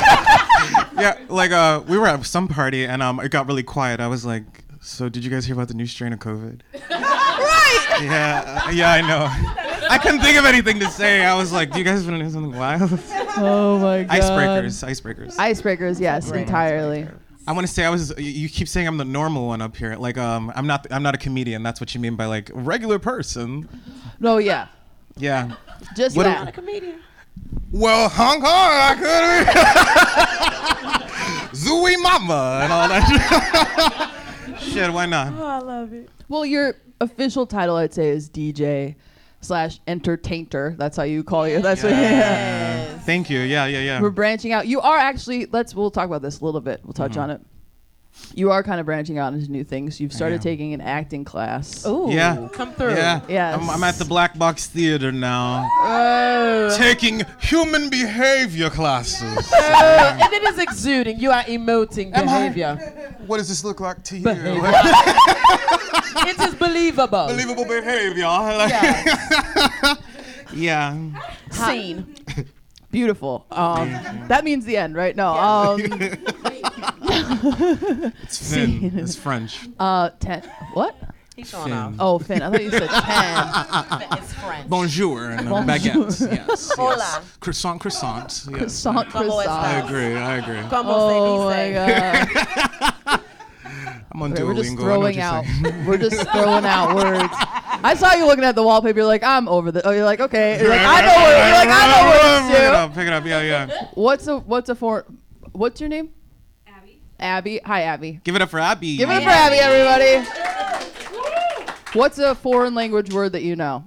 S4: yeah, like uh, we were at some party and um, it got really quiet. I was like, so did you guys hear about the new strain of COVID?
S2: right.
S4: Yeah, uh, yeah, I know. I couldn't think of anything to say. I was like, do you guys want to know something wild?
S2: Oh my god.
S4: Icebreakers, icebreakers. I,
S2: Icebreakers, yes, entirely.
S4: want to say I was. You you keep saying I'm the normal one up here. Like um, I'm not. I'm not a comedian. That's what you mean by like regular person.
S2: No, yeah,
S4: Yeah.
S2: just
S4: What do-
S2: that.
S5: Comedian.
S4: Well, Hong Kong, I could have. Zooey Mama and all that shit. shit, why not?
S5: Oh, I love it.
S2: Well, your official title, I'd say, is DJ slash entertainer. That's how you call you. That's what.
S4: Thank you. Yeah, yeah, yeah.
S2: We're branching out. You are actually. Let's. We'll talk about this a little bit. We'll
S4: Mm-hmm.
S2: touch on it. You are kind of branching out into new things. You've started
S4: am.
S2: taking an acting class.
S5: Ooh.
S4: Yeah.
S5: Come through.
S4: Yeah.
S2: Yes.
S4: I'm, I'm at the Black Box Theater now. Taking human behavior classes.
S5: Uh, and it is exuding. You are emoting behavior.
S4: what does this look like to you?
S5: it is believable.
S4: Unbelievable behavior. Like- yeah.
S5: Scene.
S2: Beautiful. Um, that means the end, right? No. Um,
S4: It's Finn. It's French.
S2: uh, ten. What?
S5: He's showing off.
S2: Oh, Finn. I thought you said ten.
S5: It's French.
S4: Bonjour and uh, baguettes. Yes.
S5: Hola.
S4: yes. Croissant, croissant. Yes.
S2: Croissant,
S5: Come on,
S4: I
S2: croissant.
S5: stop.
S4: agree. I agree.
S5: Como
S2: Oh my
S5: se dice.
S2: god.
S4: I'm on
S2: We're just
S4: Duolingo. I know what
S2: throwing
S4: you're
S2: out.
S4: saying.
S2: We're just throwing out words. I saw you looking at the wallpaper. You're like, I'm over the. Oh, you're like, okay. You're like, I know what. You're like, I know
S4: Pick it
S2: what to do.
S4: up. Pick it up. Yeah, yeah.
S2: What's a what's a for? What's your name? Abby. Abby. Hi, Abby.
S4: Give it up for Abby.
S2: Give it up for Abby, everybody. What's a foreign language word that you know?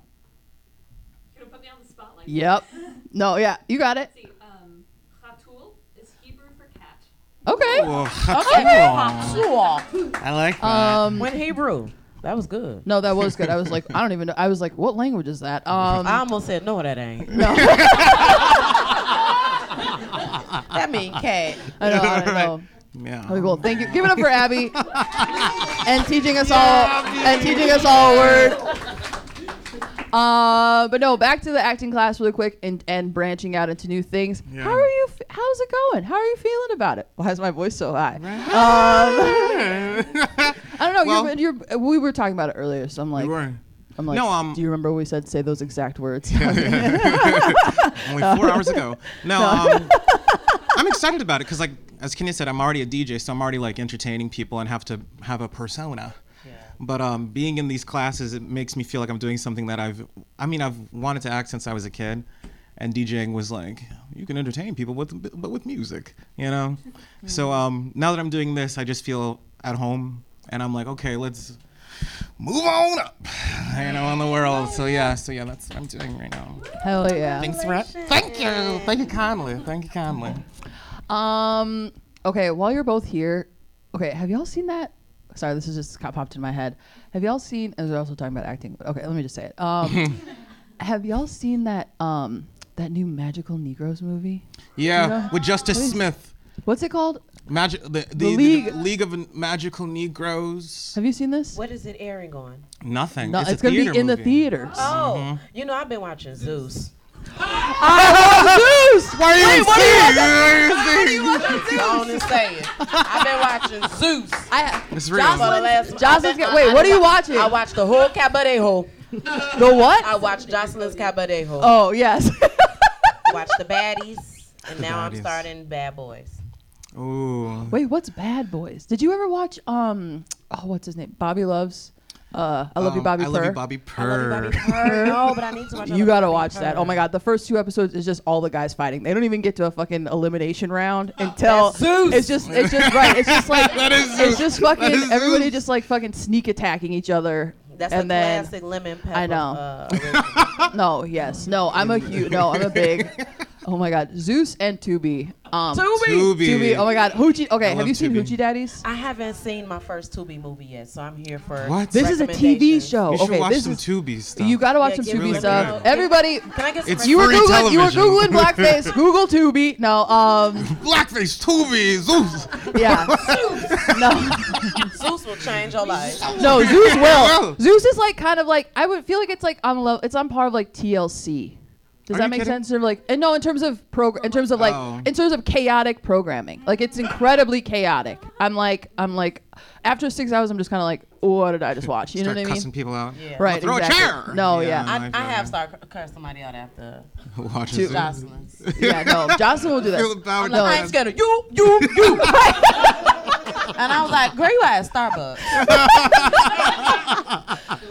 S6: Gonna put me on the spot like
S2: Yep. No, yeah, you got it.
S6: that. See, um, chatul is Hebrew for cat.
S2: Okay.
S4: Abby.
S5: Sure.
S4: Oh. I like that.
S2: Um,
S5: When Hebrew. That was good.
S2: no, that was good. I was like, I don't even know. I was like, what language is that?
S5: I
S2: Um,
S5: almost said no, that ain't.
S2: no,
S5: That mean cat.
S2: I know, I don't
S4: Right.
S2: know.
S4: yeah.
S2: Okay, cool. Thank you. Give it up for Abby and teaching us all and teaching us all a word. Uh, but no, back to the acting class really quick and, and branching out into new things.
S4: Yeah.
S2: How are you? f- How's it going? How are you feeling about it? Why is my voice so high? Um, I don't know.
S4: Well-
S2: you're, you're, we were talking about it earlier, so I'm like,
S4: You were.
S2: I'm like,
S4: No, um,
S2: do you remember we said say those exact words?
S4: Only four hours ago. No, um, I'm excited about it because, like, as Kenya said, I'm already a DJ, so I'm already like entertaining people and have to have a persona. But um, being in these classes, it makes me feel like I'm doing something that I've, I mean, I've wanted to act since I was a kid, and DJing was like, you can entertain people with, but with music, you know. So um, now that I'm doing this, I just feel at home, and I'm like, okay, let's move on up, you know, in the world. So yeah, so yeah, that's what I'm doing right now.
S2: Hell yeah.
S4: Thanks, Rhett. Thank you. Thank you kindly. Thank you kindly.
S2: Um. Okay. While you're both here, okay. Have y'all seen that? Sorry, this is just got popped in my head. Have y'all seen? And we're also talking about acting. But okay, let me just say it. Um, have y'all seen that? Um, that new Magical Negroes movie.
S4: Yeah,
S2: Yeah.
S4: with Justice Smith.
S2: What's it called?
S4: Magic the, the,
S2: League.
S4: League. League of Magical Negroes.
S2: Have you seen this?
S5: What is it airing on?
S4: Nothing.
S2: No,
S4: it's,
S2: it's,
S4: a
S2: gonna be
S4: theater
S2: in the
S4: movie.
S2: theaters.
S5: Oh, you know, I've been watching Zeus.
S2: Zeus!
S4: Why are you
S2: Wait,
S4: in
S2: what
S4: theater? Why are you in theater?
S5: Don't say it. I've been watching Zeus.
S2: I,
S4: It's real.
S5: For the last-
S2: Jocelyn's
S5: I've been-
S2: got- wait,
S5: I-
S2: what
S5: I-
S2: are you watching?
S5: I watched the whole Cabadejo.
S2: the what?
S5: I watched Jocelyn's Cabadejo.
S2: oh yes.
S5: Watched the baddies, and now I'm
S4: Baddies.
S5: starting Bad Boys.
S4: Ooh.
S2: wait, what's Bad Boys? Did you ever watch um? Oh, what's his name? Bobby Loves. Uh, I love you,
S4: Um,
S2: Bobby.
S4: I love you,
S2: Purr.
S4: Bobby
S5: I love you,
S4: Purr.
S5: Bobby Purr. No, but I need to watch. I
S2: You
S5: Love
S2: gotta
S5: Bobby
S2: watch that.
S5: Purr.
S2: Oh my god, the first two episodes is just all the guys fighting. They don't even get to a fucking elimination round until
S3: Zeus.
S2: it's just it's just right. It's just like
S4: That is Zeus.
S2: it's just fucking
S4: That is
S2: everybody
S4: Zeus.
S2: just like fucking sneak attacking each other.
S5: That's
S2: and
S5: the
S2: then
S5: classic lemon pepper.
S2: I know.
S5: uh,
S2: no, yes, no, I'm a huge no, I'm a big. Oh my god, Zeus and Tubi. Um,
S4: Tubi.
S2: Tubi. Oh my god, Hoochie. Okay, have
S4: love
S2: you seen
S4: Tubi.
S2: Hoochie Daddies?
S5: I haven't seen my first Tubi movie yet, so I'm here for
S4: What?
S2: This is a TV
S5: recommendations.
S2: show.
S4: You should
S2: okay,
S4: watch
S2: this
S4: some
S2: is
S4: Tubi stuff.
S2: you gotta watch
S5: Yeah,
S2: some
S5: give
S2: Tubi
S5: me
S4: a
S2: stuff.
S4: look.
S2: Everybody,
S5: Can I get some
S4: It's
S5: you
S2: you were
S4: Free
S2: googling, you were googling
S4: television.
S2: blackface. Google Tubi. No, um,
S4: blackface Tubi Zeus.
S2: yeah, no.
S5: Zeus will change your life.
S2: No, Zeus will.
S4: Well.
S2: Zeus is like kind of like I would feel like it's like on level. It's on par of like TLC. Does
S4: Are
S2: that
S4: you
S2: make
S4: kidding?
S2: sense? Or like, and no, in terms of program, in terms of like,
S4: Oh.
S2: in terms of chaotic programming, like it's incredibly chaotic. I'm like, I'm like, after six hours, I'm just kind of like, what did I just watch? You know
S4: Start
S2: what I
S4: cussing
S2: mean?
S4: people out.
S5: Yeah.
S2: Right.
S4: Throw
S2: exactly.
S4: a chair.
S2: No, yeah.
S5: I, I have
S4: feel that.
S5: started cursing somebody out after
S4: Watch
S2: Two-
S4: Zeus.
S5: Jocelyn's.
S2: Yeah, no, Jocelyn will do
S4: Feel
S2: that.
S4: the power
S2: No.
S4: to
S5: I
S4: that.
S5: ain't scared of you, you, you. and I was like, girl, you at Starbucks.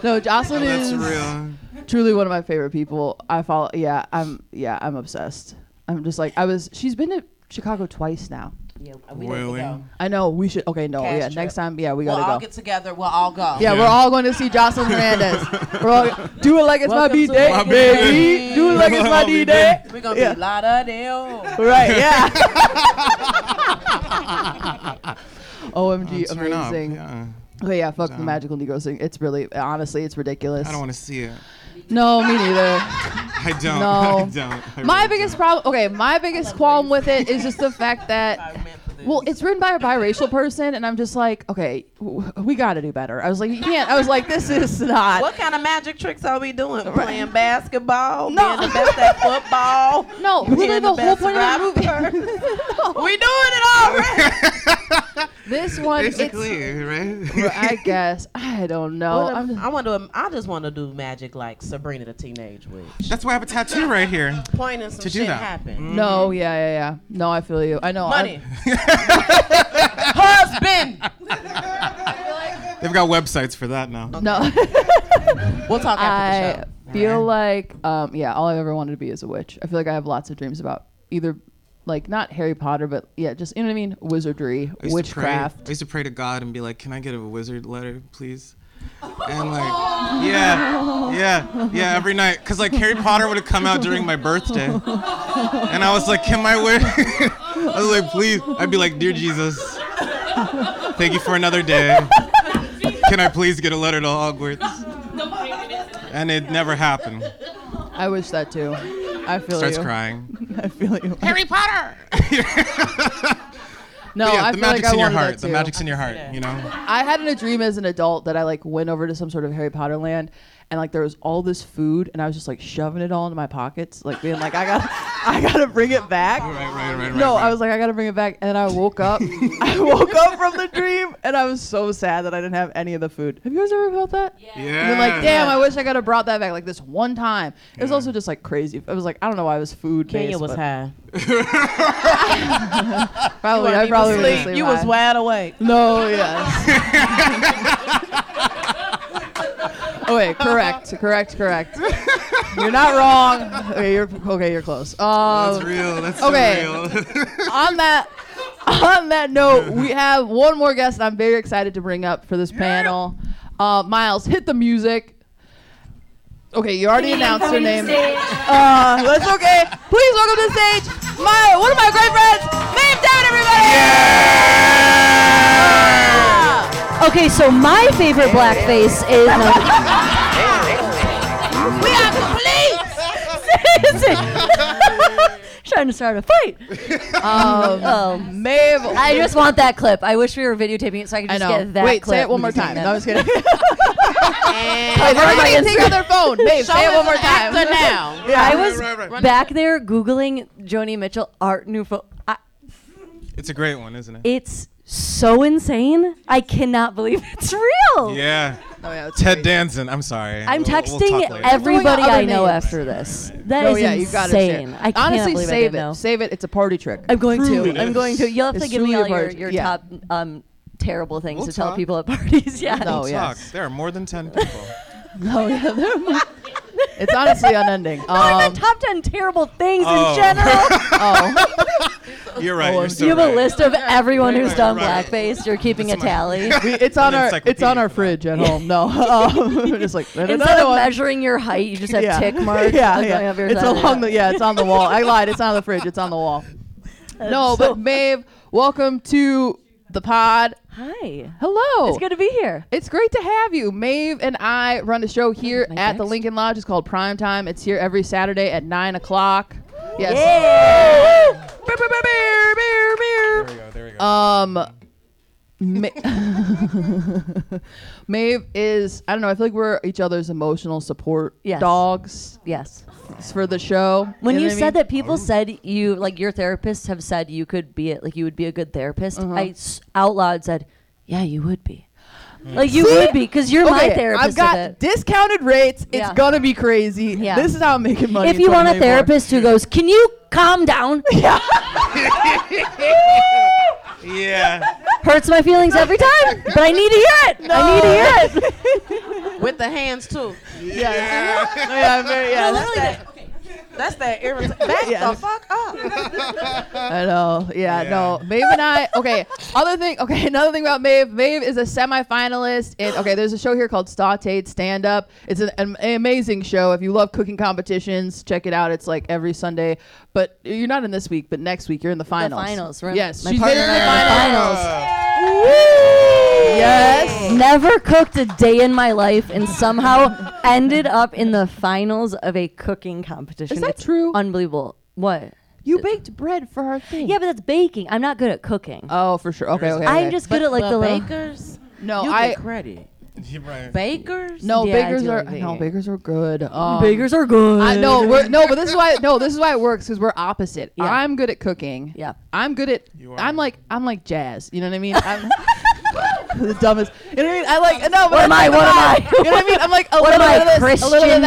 S2: No, Jocelyn
S4: That's
S2: is
S4: real.
S2: truly one of my favorite people. I follow. Yeah, I'm. Yeah, I'm obsessed. I'm just like I was. She's been to Chicago twice now.
S5: Yeah, we need to
S4: Really?
S5: go.
S2: I know we should. Okay, no,
S5: Cash
S2: yeah.
S5: trip.
S2: Next time, yeah, we
S5: We'll
S2: gotta
S5: all
S2: go.
S5: get together. We'll all go.
S2: yeah,
S4: Yeah.
S2: we're all going to see Jocelyn Hernandez. We're all do it like it's
S5: Welcome
S2: my B
S5: to
S2: day,
S5: my
S2: baby.
S5: baby.
S2: Do it like it's my
S4: My
S2: D
S4: B
S2: day.
S4: day.
S5: We're gonna
S2: Yeah.
S5: be Lauderdale.
S2: Right? Yeah. Omg,
S4: Turn up,
S2: amazing.
S4: yeah.
S2: Okay, yeah. Fuck the
S4: So-
S2: magical Negro thing. It's really, honestly, it's ridiculous.
S4: I don't want to see it.
S2: no, me neither.
S4: I don't.
S2: No.
S4: I don't. I
S2: My
S4: really
S2: biggest problem, okay, my biggest qualm with it is just the fact
S5: I
S2: that,
S5: meant for this.
S2: well, it's written by a biracial person, and I'm just like, okay, w- we gotta do better. I was like, you can't. I was like, this is not.
S5: what kind of magic tricks are we doing? Playing basketball?
S2: No.
S5: Being the best at football?
S2: No, literally
S5: being
S2: the whole
S5: best
S2: point of the
S5: rapper?
S2: movie.
S5: we doing it already.
S2: This one, it's.
S4: Basically, right?
S2: I guess I don't know.
S5: What if-
S2: Oh, I'm just,
S5: I want to. I just want to do magic like Sabrina the Teenage Witch.
S4: That's why I have a tattoo right here.
S5: Pointing some
S4: To do
S5: shit
S4: that.
S5: happen.
S2: no, yeah, yeah, yeah. No, I feel you. I know. I'm-
S5: Money. Husband.
S4: They've got websites for that now.
S2: No,
S5: We'll talk
S2: I
S5: after the show.
S2: feel
S5: All right.
S2: like, um, yeah, all I've ever wanted to be is a witch. I feel like I have lots of dreams about either, like, not Harry Potter, but yeah, just you know what I mean,
S4: I
S2: wizardry,
S4: used to pray-
S2: witchcraft.
S4: I used to pray to God and be like, "Can I get a wizard letter, please?" And like, yeah, yeah, yeah, every night, cause like Harry Potter would have come out during my birthday, and I was like, "Can my wizard?" I was like, "Please," I'd be like, "Dear Jesus, thank you for another day. Can I please get a letter to Hogwarts?" And it never happened.
S2: I wish that too. I feel
S4: Starts
S2: you.
S4: crying.
S2: I feel you.
S4: Harry Potter.
S2: No,
S4: yeah,
S2: I
S4: the
S2: feel
S4: magic's
S2: like I
S4: in your
S2: wanted that
S4: heart. The
S2: too.
S4: magic's in your heart. You know.
S2: I had in a dream as an adult that I like went over to some sort of Harry Potter land and like there was all this food and I was just like shoving it all into my pockets, like being like, I gotta I gotta bring it back.
S4: Right, right, right, right.
S2: No,
S4: right.
S2: I was like, I gotta bring it back. And I woke up. I woke up from the dream and I was so sad that I didn't have any of the food. Have you guys ever felt that? Yeah. And then like, damn, I wish I could have brought that back like this one time. It was also just like crazy. I was like, I don't know why it was food.
S5: Kenya
S2: based,
S5: was
S2: but
S5: high.
S2: Probably, Oh, I
S5: You
S2: probably
S5: was
S2: would've
S5: asleep.
S2: slept
S5: You was
S2: high.
S5: wide awake.
S2: No, yes. oh wait, correct, correct, correct. You're not wrong. Okay, you're okay. You're close.
S4: That's
S2: Um,
S4: real. That's
S2: okay.
S4: so real.
S2: on that, on that note, we have one more guest. I'm very excited to bring up for this panel. Uh, Miles, hit the music. Okay, you already announced her name. Uh, that's okay. Please welcome to the stage, my one of my great friends, Mame Down, everybody.
S7: Okay, so my favorite blackface is. we are complete. Trying to start a fight. Um,
S2: Mave.
S7: I just want that clip. I wish we were videotaping it so I could
S2: I
S7: just
S2: know.
S7: get that
S2: Wait,
S7: clip.
S2: say it one
S7: and
S2: more
S7: just
S2: time.
S7: hang
S2: No, I was
S7: that.
S2: kidding.
S7: Cover my
S2: Everybody take
S7: Instagram.
S2: out their phone. Babe, say it one more time.
S5: Actor now.
S7: I was
S4: Right, right, right.
S7: back there googling Joni Mitchell art new photo.
S4: It's a great one, isn't it?
S7: It's so insane. I cannot believe it's real.
S4: Yeah.
S2: Oh, yeah, it's-
S4: Ted Danson. I'm sorry.
S7: I'm
S4: We'll- we'll
S7: texting
S4: talk later.
S7: everybody
S2: Throwing out
S7: I
S2: other
S7: know
S2: names.
S7: after this. That is
S2: oh, yeah, you got to share.
S7: insane. I can't
S2: Honestly,
S7: believe I
S2: save
S7: didn't
S2: it.
S7: know.
S2: Save it. It's a party trick.
S7: I'm going
S4: Truly
S7: to.
S4: it
S7: I'm
S4: is.
S7: going to. You'll have
S2: It's
S7: to give me
S2: truly
S7: all your,
S2: virgin.
S7: your
S2: Yeah.
S7: top um, terrible things
S4: We'll
S7: to tell
S4: talk.
S7: people at parties. Yeah.
S2: No. Oh,
S4: Fuck,
S2: yes.
S4: there are more than 10 people.
S2: No, yeah, they're mo- it's honestly unending.
S7: No, I meant
S2: Um,
S7: top 10 terrible things
S4: oh.
S7: in general.
S2: oh,
S4: You're right. You're so
S7: you have
S4: right.
S7: a list of everyone who's done
S4: right.
S7: blackface. You're keeping a
S4: That's my-
S7: tally.
S2: we, it's on
S4: An
S2: our it's
S4: encyclopedia
S2: on our
S4: for that.
S2: fridge at home. No, um, just like "There's
S7: Instead
S2: another
S7: of
S2: one."
S7: measuring your height, you just have tick marks.
S2: Yeah,
S7: like,
S2: yeah.
S7: going up your
S2: it's
S7: side.
S2: along the yeah, it's on the wall. I lied. It's not on the fridge. It's on the wall. no,
S7: so-
S2: but Maeve, welcome to the pod.
S7: Hi.
S2: Hello.
S7: It's good to be here.
S2: It's great to have you. Maeve and I run a show here
S7: my
S2: at the
S7: text.
S2: Lincoln Lodge. It's called Prime Time. It's here every Saturday at nine o'clock. Yes. Beer, beer, beer,
S4: There
S2: beer, beer.
S4: you go. There you go.
S2: Um, Ma- Maeve is, I don't know, I feel like we're each other's emotional support
S7: Yes.
S2: dogs
S7: Yes.
S2: for the show.
S7: When you,
S2: know what I
S7: said
S2: mean?
S7: that people said you like your therapists have said you could be it like you would be a good therapist, I s- out loud said, "Yeah, you would be." Like you would be because you're my therapist.
S2: I've
S7: of
S2: got
S7: it.
S2: discounted rates. It's
S7: Yeah.
S2: gonna be crazy.
S7: Yeah.
S2: This is how I'm making money.
S7: if
S2: in
S7: you want a
S2: 2024.
S7: therapist who goes, "Can you calm down?"
S4: yeah.
S7: Hurts my feelings every time, but I need to hear it. I need to hear it.
S5: With the hands too.
S2: yeah, very, yeah, that's-
S5: That's that irritation. Back
S2: Yeah.
S5: the fuck up.
S2: I know. Yeah,
S4: Yeah.
S2: no. Maeve and I. Okay. Other thing. Okay. Another thing about Maeve. Maeve is a semifinalist. In, okay. There's a show here called Stautate Stand Up. It's an, an amazing show. If you love cooking competitions, check it out. It's like every Sunday. But you're not in this week. But next week, you're in the finals.
S7: finals, right.
S2: Yes.
S7: My
S2: she's
S7: partner
S2: in the
S7: and I are in the
S2: finals.
S7: finals.
S2: Yes.
S7: Never cooked a day in my life and somehow ended up in the finals of a cooking competition.
S2: Is that
S7: It's
S2: true?
S7: Unbelievable. What?
S2: You baked bread for our thing.
S7: Yeah, but that's baking. I'm not good at cooking.
S2: Oh, for sure. Okay. Okay. okay.
S7: I'm just good at like the
S5: the
S7: little.
S5: bakers.
S2: no.
S5: you
S2: I
S5: get credit.
S4: You're right.
S5: Bakers.
S2: no
S7: Yeah, I
S2: bakers
S7: do
S2: are
S7: like
S2: no
S7: baking.
S2: bakers are good. Um,
S7: Bakers are good.
S2: I know we're no, but this is why no, this is why it works because we're opposite.
S7: Yeah.
S2: I'm good at cooking.
S7: Yeah.
S2: I'm good at.
S4: You are.
S2: I'm like I'm like jazz. You know what I mean? I'm the dumbest. You know what I mean? I like no. But what
S7: am I? What am I?
S2: You know what I mean? I'm like a
S7: What
S2: little
S7: am
S2: bit of
S7: I,
S2: this, a little bit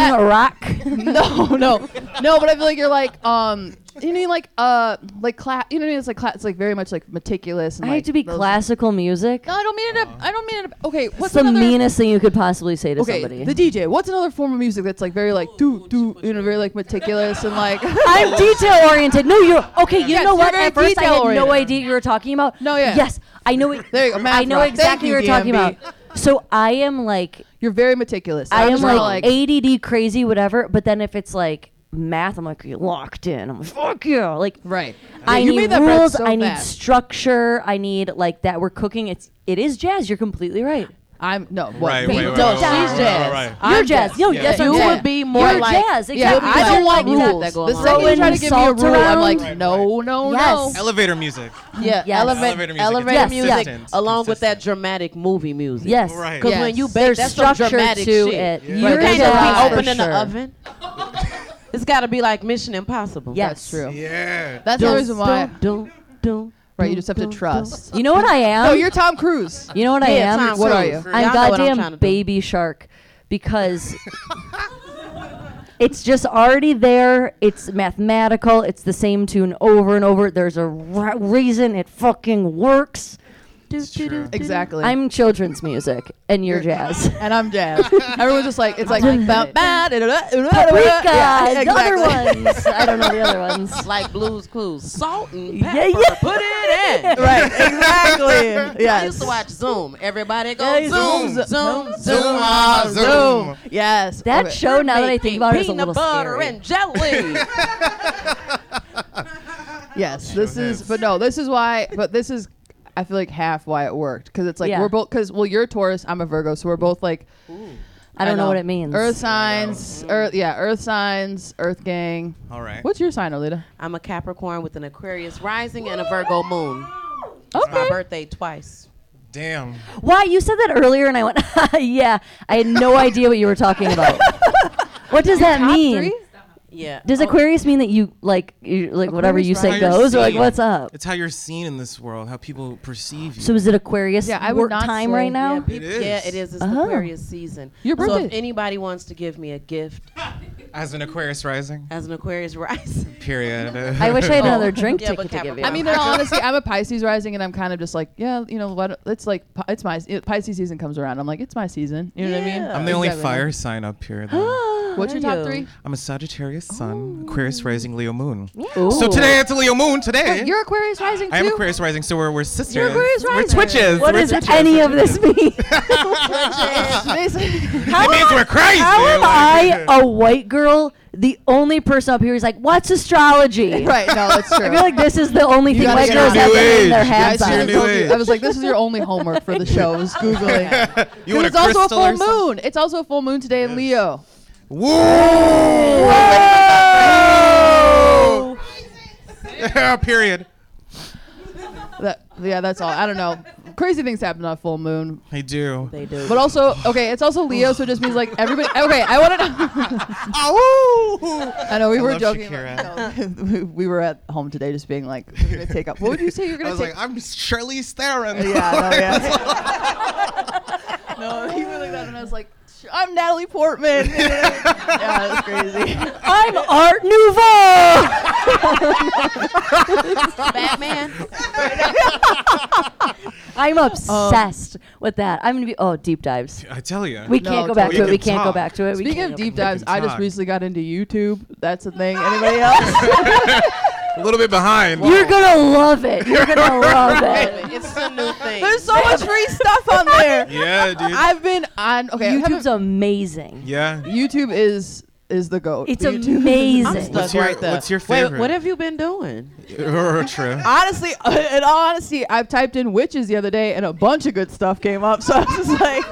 S7: Christian
S2: of that.
S7: rock?
S2: No, no, no. But I feel like you're like um. You know what I mean? Like uh, like class. You know what I mean? It's like class. It's like very much like meticulous. And
S7: I have
S2: like
S7: to be
S2: those-
S7: classical music.
S2: No, I don't mean it. ab- I don't mean it. ab- Okay, what's
S7: What's the
S2: another-
S7: meanest thing you could possibly say to
S2: Okay,
S7: somebody?
S2: the DJ. What's another form of music that's like very like do do you know very like meticulous and like
S7: I'm detail oriented. No, you're okay. You
S2: Yes,
S7: know
S2: you're
S7: what?
S2: very
S7: At first, I had no
S2: detail-oriented.
S7: idea you were talking about.
S2: No, yeah.
S7: Yes, I know. It,
S2: There you go,
S7: I
S2: math
S7: know
S2: rock. Thank
S7: exactly
S2: you,
S7: what you're talking
S2: DMB.
S7: about. So I am like,
S2: You're very meticulous.
S7: I
S2: I'm
S7: am
S2: just kinda
S7: like, ADD crazy, whatever. But then if it's like math, I'm like locked in. I'm like, fuck you. Like
S2: right.
S7: I
S2: Yeah, you
S7: need
S2: made that bread
S7: rules.
S2: so
S7: I need
S2: fast.
S7: structure. I need like that. We're cooking. It's it is jazz. You're completely right.
S2: I'm no. What,
S4: Right, wait, wait, wait, wait,
S2: don't- she's
S4: wait, wait,
S2: jazz.
S4: wait, wait.
S2: I'm
S7: You're jazz. No,
S4: Yeah.
S7: that's what I'm
S5: You
S7: saying.
S5: would be more
S7: You're
S5: like
S7: jazz.
S2: Yeah, I
S7: Exactly.
S2: don't like
S5: rules
S2: rules.
S5: that go
S2: The
S5: along.
S2: second you
S7: Throwing
S2: try to give me a
S7: salt
S2: rule, I'm
S7: around.
S2: like,
S7: Right,
S2: no, no,
S7: Yes.
S2: no.
S4: Elevator music.
S2: Yeah,
S7: Yes.
S2: elevate-
S4: Elevator music.
S2: elevator
S7: Yes,
S2: music.
S7: yes.
S4: Consistent,
S5: along with that
S4: consistent.
S5: dramatic movie music.
S7: Yes.
S4: Right.
S5: Because
S2: Yes.
S5: when you bake,
S7: There's
S5: that's some
S7: structure
S5: dramatic
S7: to
S5: shit.
S7: it.
S2: Yeah.
S7: You're
S5: You
S2: Right,
S5: can't
S2: there's
S7: jazz
S2: a lot
S5: just
S7: for
S5: be opening the
S7: sure.
S5: oven. It's got to be like Mission Impossible.
S7: Yes.
S2: That's true.
S4: Yeah.
S2: That's the reason why.
S5: Do, do,
S2: Right, you just have to trust.
S7: You know what I am?
S2: No, you're Tom Cruise.
S7: You know what I
S5: Yeah,
S7: am?
S5: Tom
S2: What are
S5: Cruise.
S2: you?
S5: Y'all know what
S7: I'm
S5: I'm
S7: goddamn
S5: trying to do.
S7: baby shark because it's just already there. It's mathematical. It's the same tune over and over. There's a ra- reason it fucking works.
S2: Exactly.
S7: I'm children's music and you're jazz.
S2: and I'm jazz. Everyone's just like it's like
S7: my
S2: ba-
S7: goodness.
S2: ba- da- da- da- da- da- da-
S7: Paprika,
S2: yeah,
S7: Oh the other
S2: exactly.
S7: ones. I don't know the other ones.
S5: Like Blues Clues. Salt and
S7: Yeah,
S5: pepper.
S7: yeah.
S5: Put it in.
S2: Right, exactly.
S5: I used
S2: Yes.
S5: to watch Zoom. Everybody go
S2: Yeah,
S5: Zoom,
S2: Zoom,
S5: Zoom, Zoom,
S4: Zoom, ah, Zoom.
S2: Yes.
S7: That
S2: Okay.
S7: show, now that I think
S5: Making
S7: about it, is a
S5: peanut
S7: little
S5: butter
S7: scary.
S5: and jelly.
S2: Yes, this is, but no, this is why, but this is, I feel like half why it worked because it's like
S7: Yeah.
S2: we're both because well you're a Taurus, I'm a Virgo, so we're both like
S7: I don't know what it means.
S2: Earth signs, Earth, yeah, Earth signs, Earth gang.
S4: All right.
S2: What's your sign, Alita?
S5: I'm a Capricorn with an Aquarius rising and a Virgo moon. My
S2: Okay.
S5: birthday twice.
S4: Damn.
S7: Why you said that earlier, and I went, yeah. I had no idea what you were talking about. what does that mean?
S5: Yeah.
S3: Oh,
S2: Oh.
S7: Does Aquarius mean that you like you, like whatever you say
S4: How you're
S7: goes, or like
S4: seen.
S7: what's up?
S4: It's how you're seen in this world, how people perceive you.
S7: So is it Aquarius
S2: Yeah, I would
S7: work
S2: not
S7: time
S2: say-
S7: right now?
S5: Yeah, peop-
S4: It is.
S5: yeah, it is. It's
S7: Oh.
S5: Aquarius season.
S2: Uh-huh. Your
S5: So
S2: birthday-
S5: if anybody wants to give me a gift,
S4: As an Aquarius rising.
S3: As an Aquarius rising.
S4: Period.
S7: I wish I had another drink
S5: Yeah, but
S7: ticket to give you.
S2: I mean, in all honesty, I'm a Pisces rising, and I'm kind of just like, yeah, you know what? It's like Pi- it's my it, Pisces season comes around. I'm like, it's my season. You know what I mean?
S5: Yeah.
S4: I'm the only
S2: Exactly.
S4: fire sign up here. Though.
S2: What's your top
S3: Are
S2: three?
S3: you?
S4: I'm a Sagittarius sun,
S7: Oh.
S4: Aquarius rising, Leo moon.
S2: Ooh.
S4: So today it's Leo moon. Today.
S2: Oh, You're Aquarius rising too.
S4: I am Aquarius rising, so we're, we're sisters.
S7: Aquarius rising.
S4: We're twitches.
S7: What
S4: we're
S7: does
S4: twitches.
S7: any of this mean?
S2: Basically-
S7: How
S4: It means
S7: am
S4: we're crazy.
S7: How am
S4: Like-
S7: I, a white girl, the only person up here who's like, what's astrology?
S2: right? No, that's true.
S7: I feel like this is the only thing
S2: gotta
S7: white
S2: get
S7: girls
S2: on
S7: have
S2: new
S7: to in
S4: age.
S7: their
S2: I,
S7: hands
S4: That's your
S7: on.
S2: told
S4: new
S2: you,
S4: age.
S2: I was like, this is your only homework for the show. Is googling.
S4: You want
S2: it's also a
S4: crystal or
S2: full moon. It's also a full moon today in Leo.
S4: Woo! Whoa! Period.
S2: That, yeah, that's all. I don't know. Crazy things happen on a full moon.
S4: I do.
S3: They do.
S2: But also, okay, it's also Leo, so it just means like everybody. Okay, I want to.
S4: Ow!
S2: I know we
S4: I
S2: were
S4: love
S2: joking. about- no, we were at home today, just being like, we're gonna take up. What would you say you're
S4: I
S2: gonna
S4: was
S2: take?
S4: like, I'm Shirley Theron.
S2: yeah, no, yeah. no, he really that, and I was like, "Sh- I'm Natalie Portman. yeah, that's crazy.
S7: I'm Art Nouveau!
S5: Batman.
S7: I'm obsessed with that. I'm going to be, oh, deep dives.
S4: I tell you.
S7: We
S2: No,
S7: can't go back
S4: we
S7: to it.
S4: can
S7: We can't go
S4: talk.
S7: back to it. We
S2: Speaking
S7: can't
S2: of
S7: go
S2: deep
S7: back
S2: dives, I just
S4: talk.
S2: recently got into YouTube. That's a thing. Anybody else?
S4: a little bit behind.
S7: to it. You're going to love it. You're going to love it.
S5: It's a new thing.
S2: There's so much free stuff on there.
S4: yeah, dude.
S2: I've been on. Okay, I haven't-
S7: YouTube's amazing.
S4: yeah.
S2: YouTube is is the goat.
S7: It's
S2: YouTube.
S7: amazing.
S5: stuck.
S4: What's your,
S5: right there.
S4: what's your
S3: Wait,
S4: favorite?
S3: what have you been doing?
S4: True.
S2: Honestly, in all honesty, I've typed in witches the other day, and a bunch of good stuff came up. So I was just like.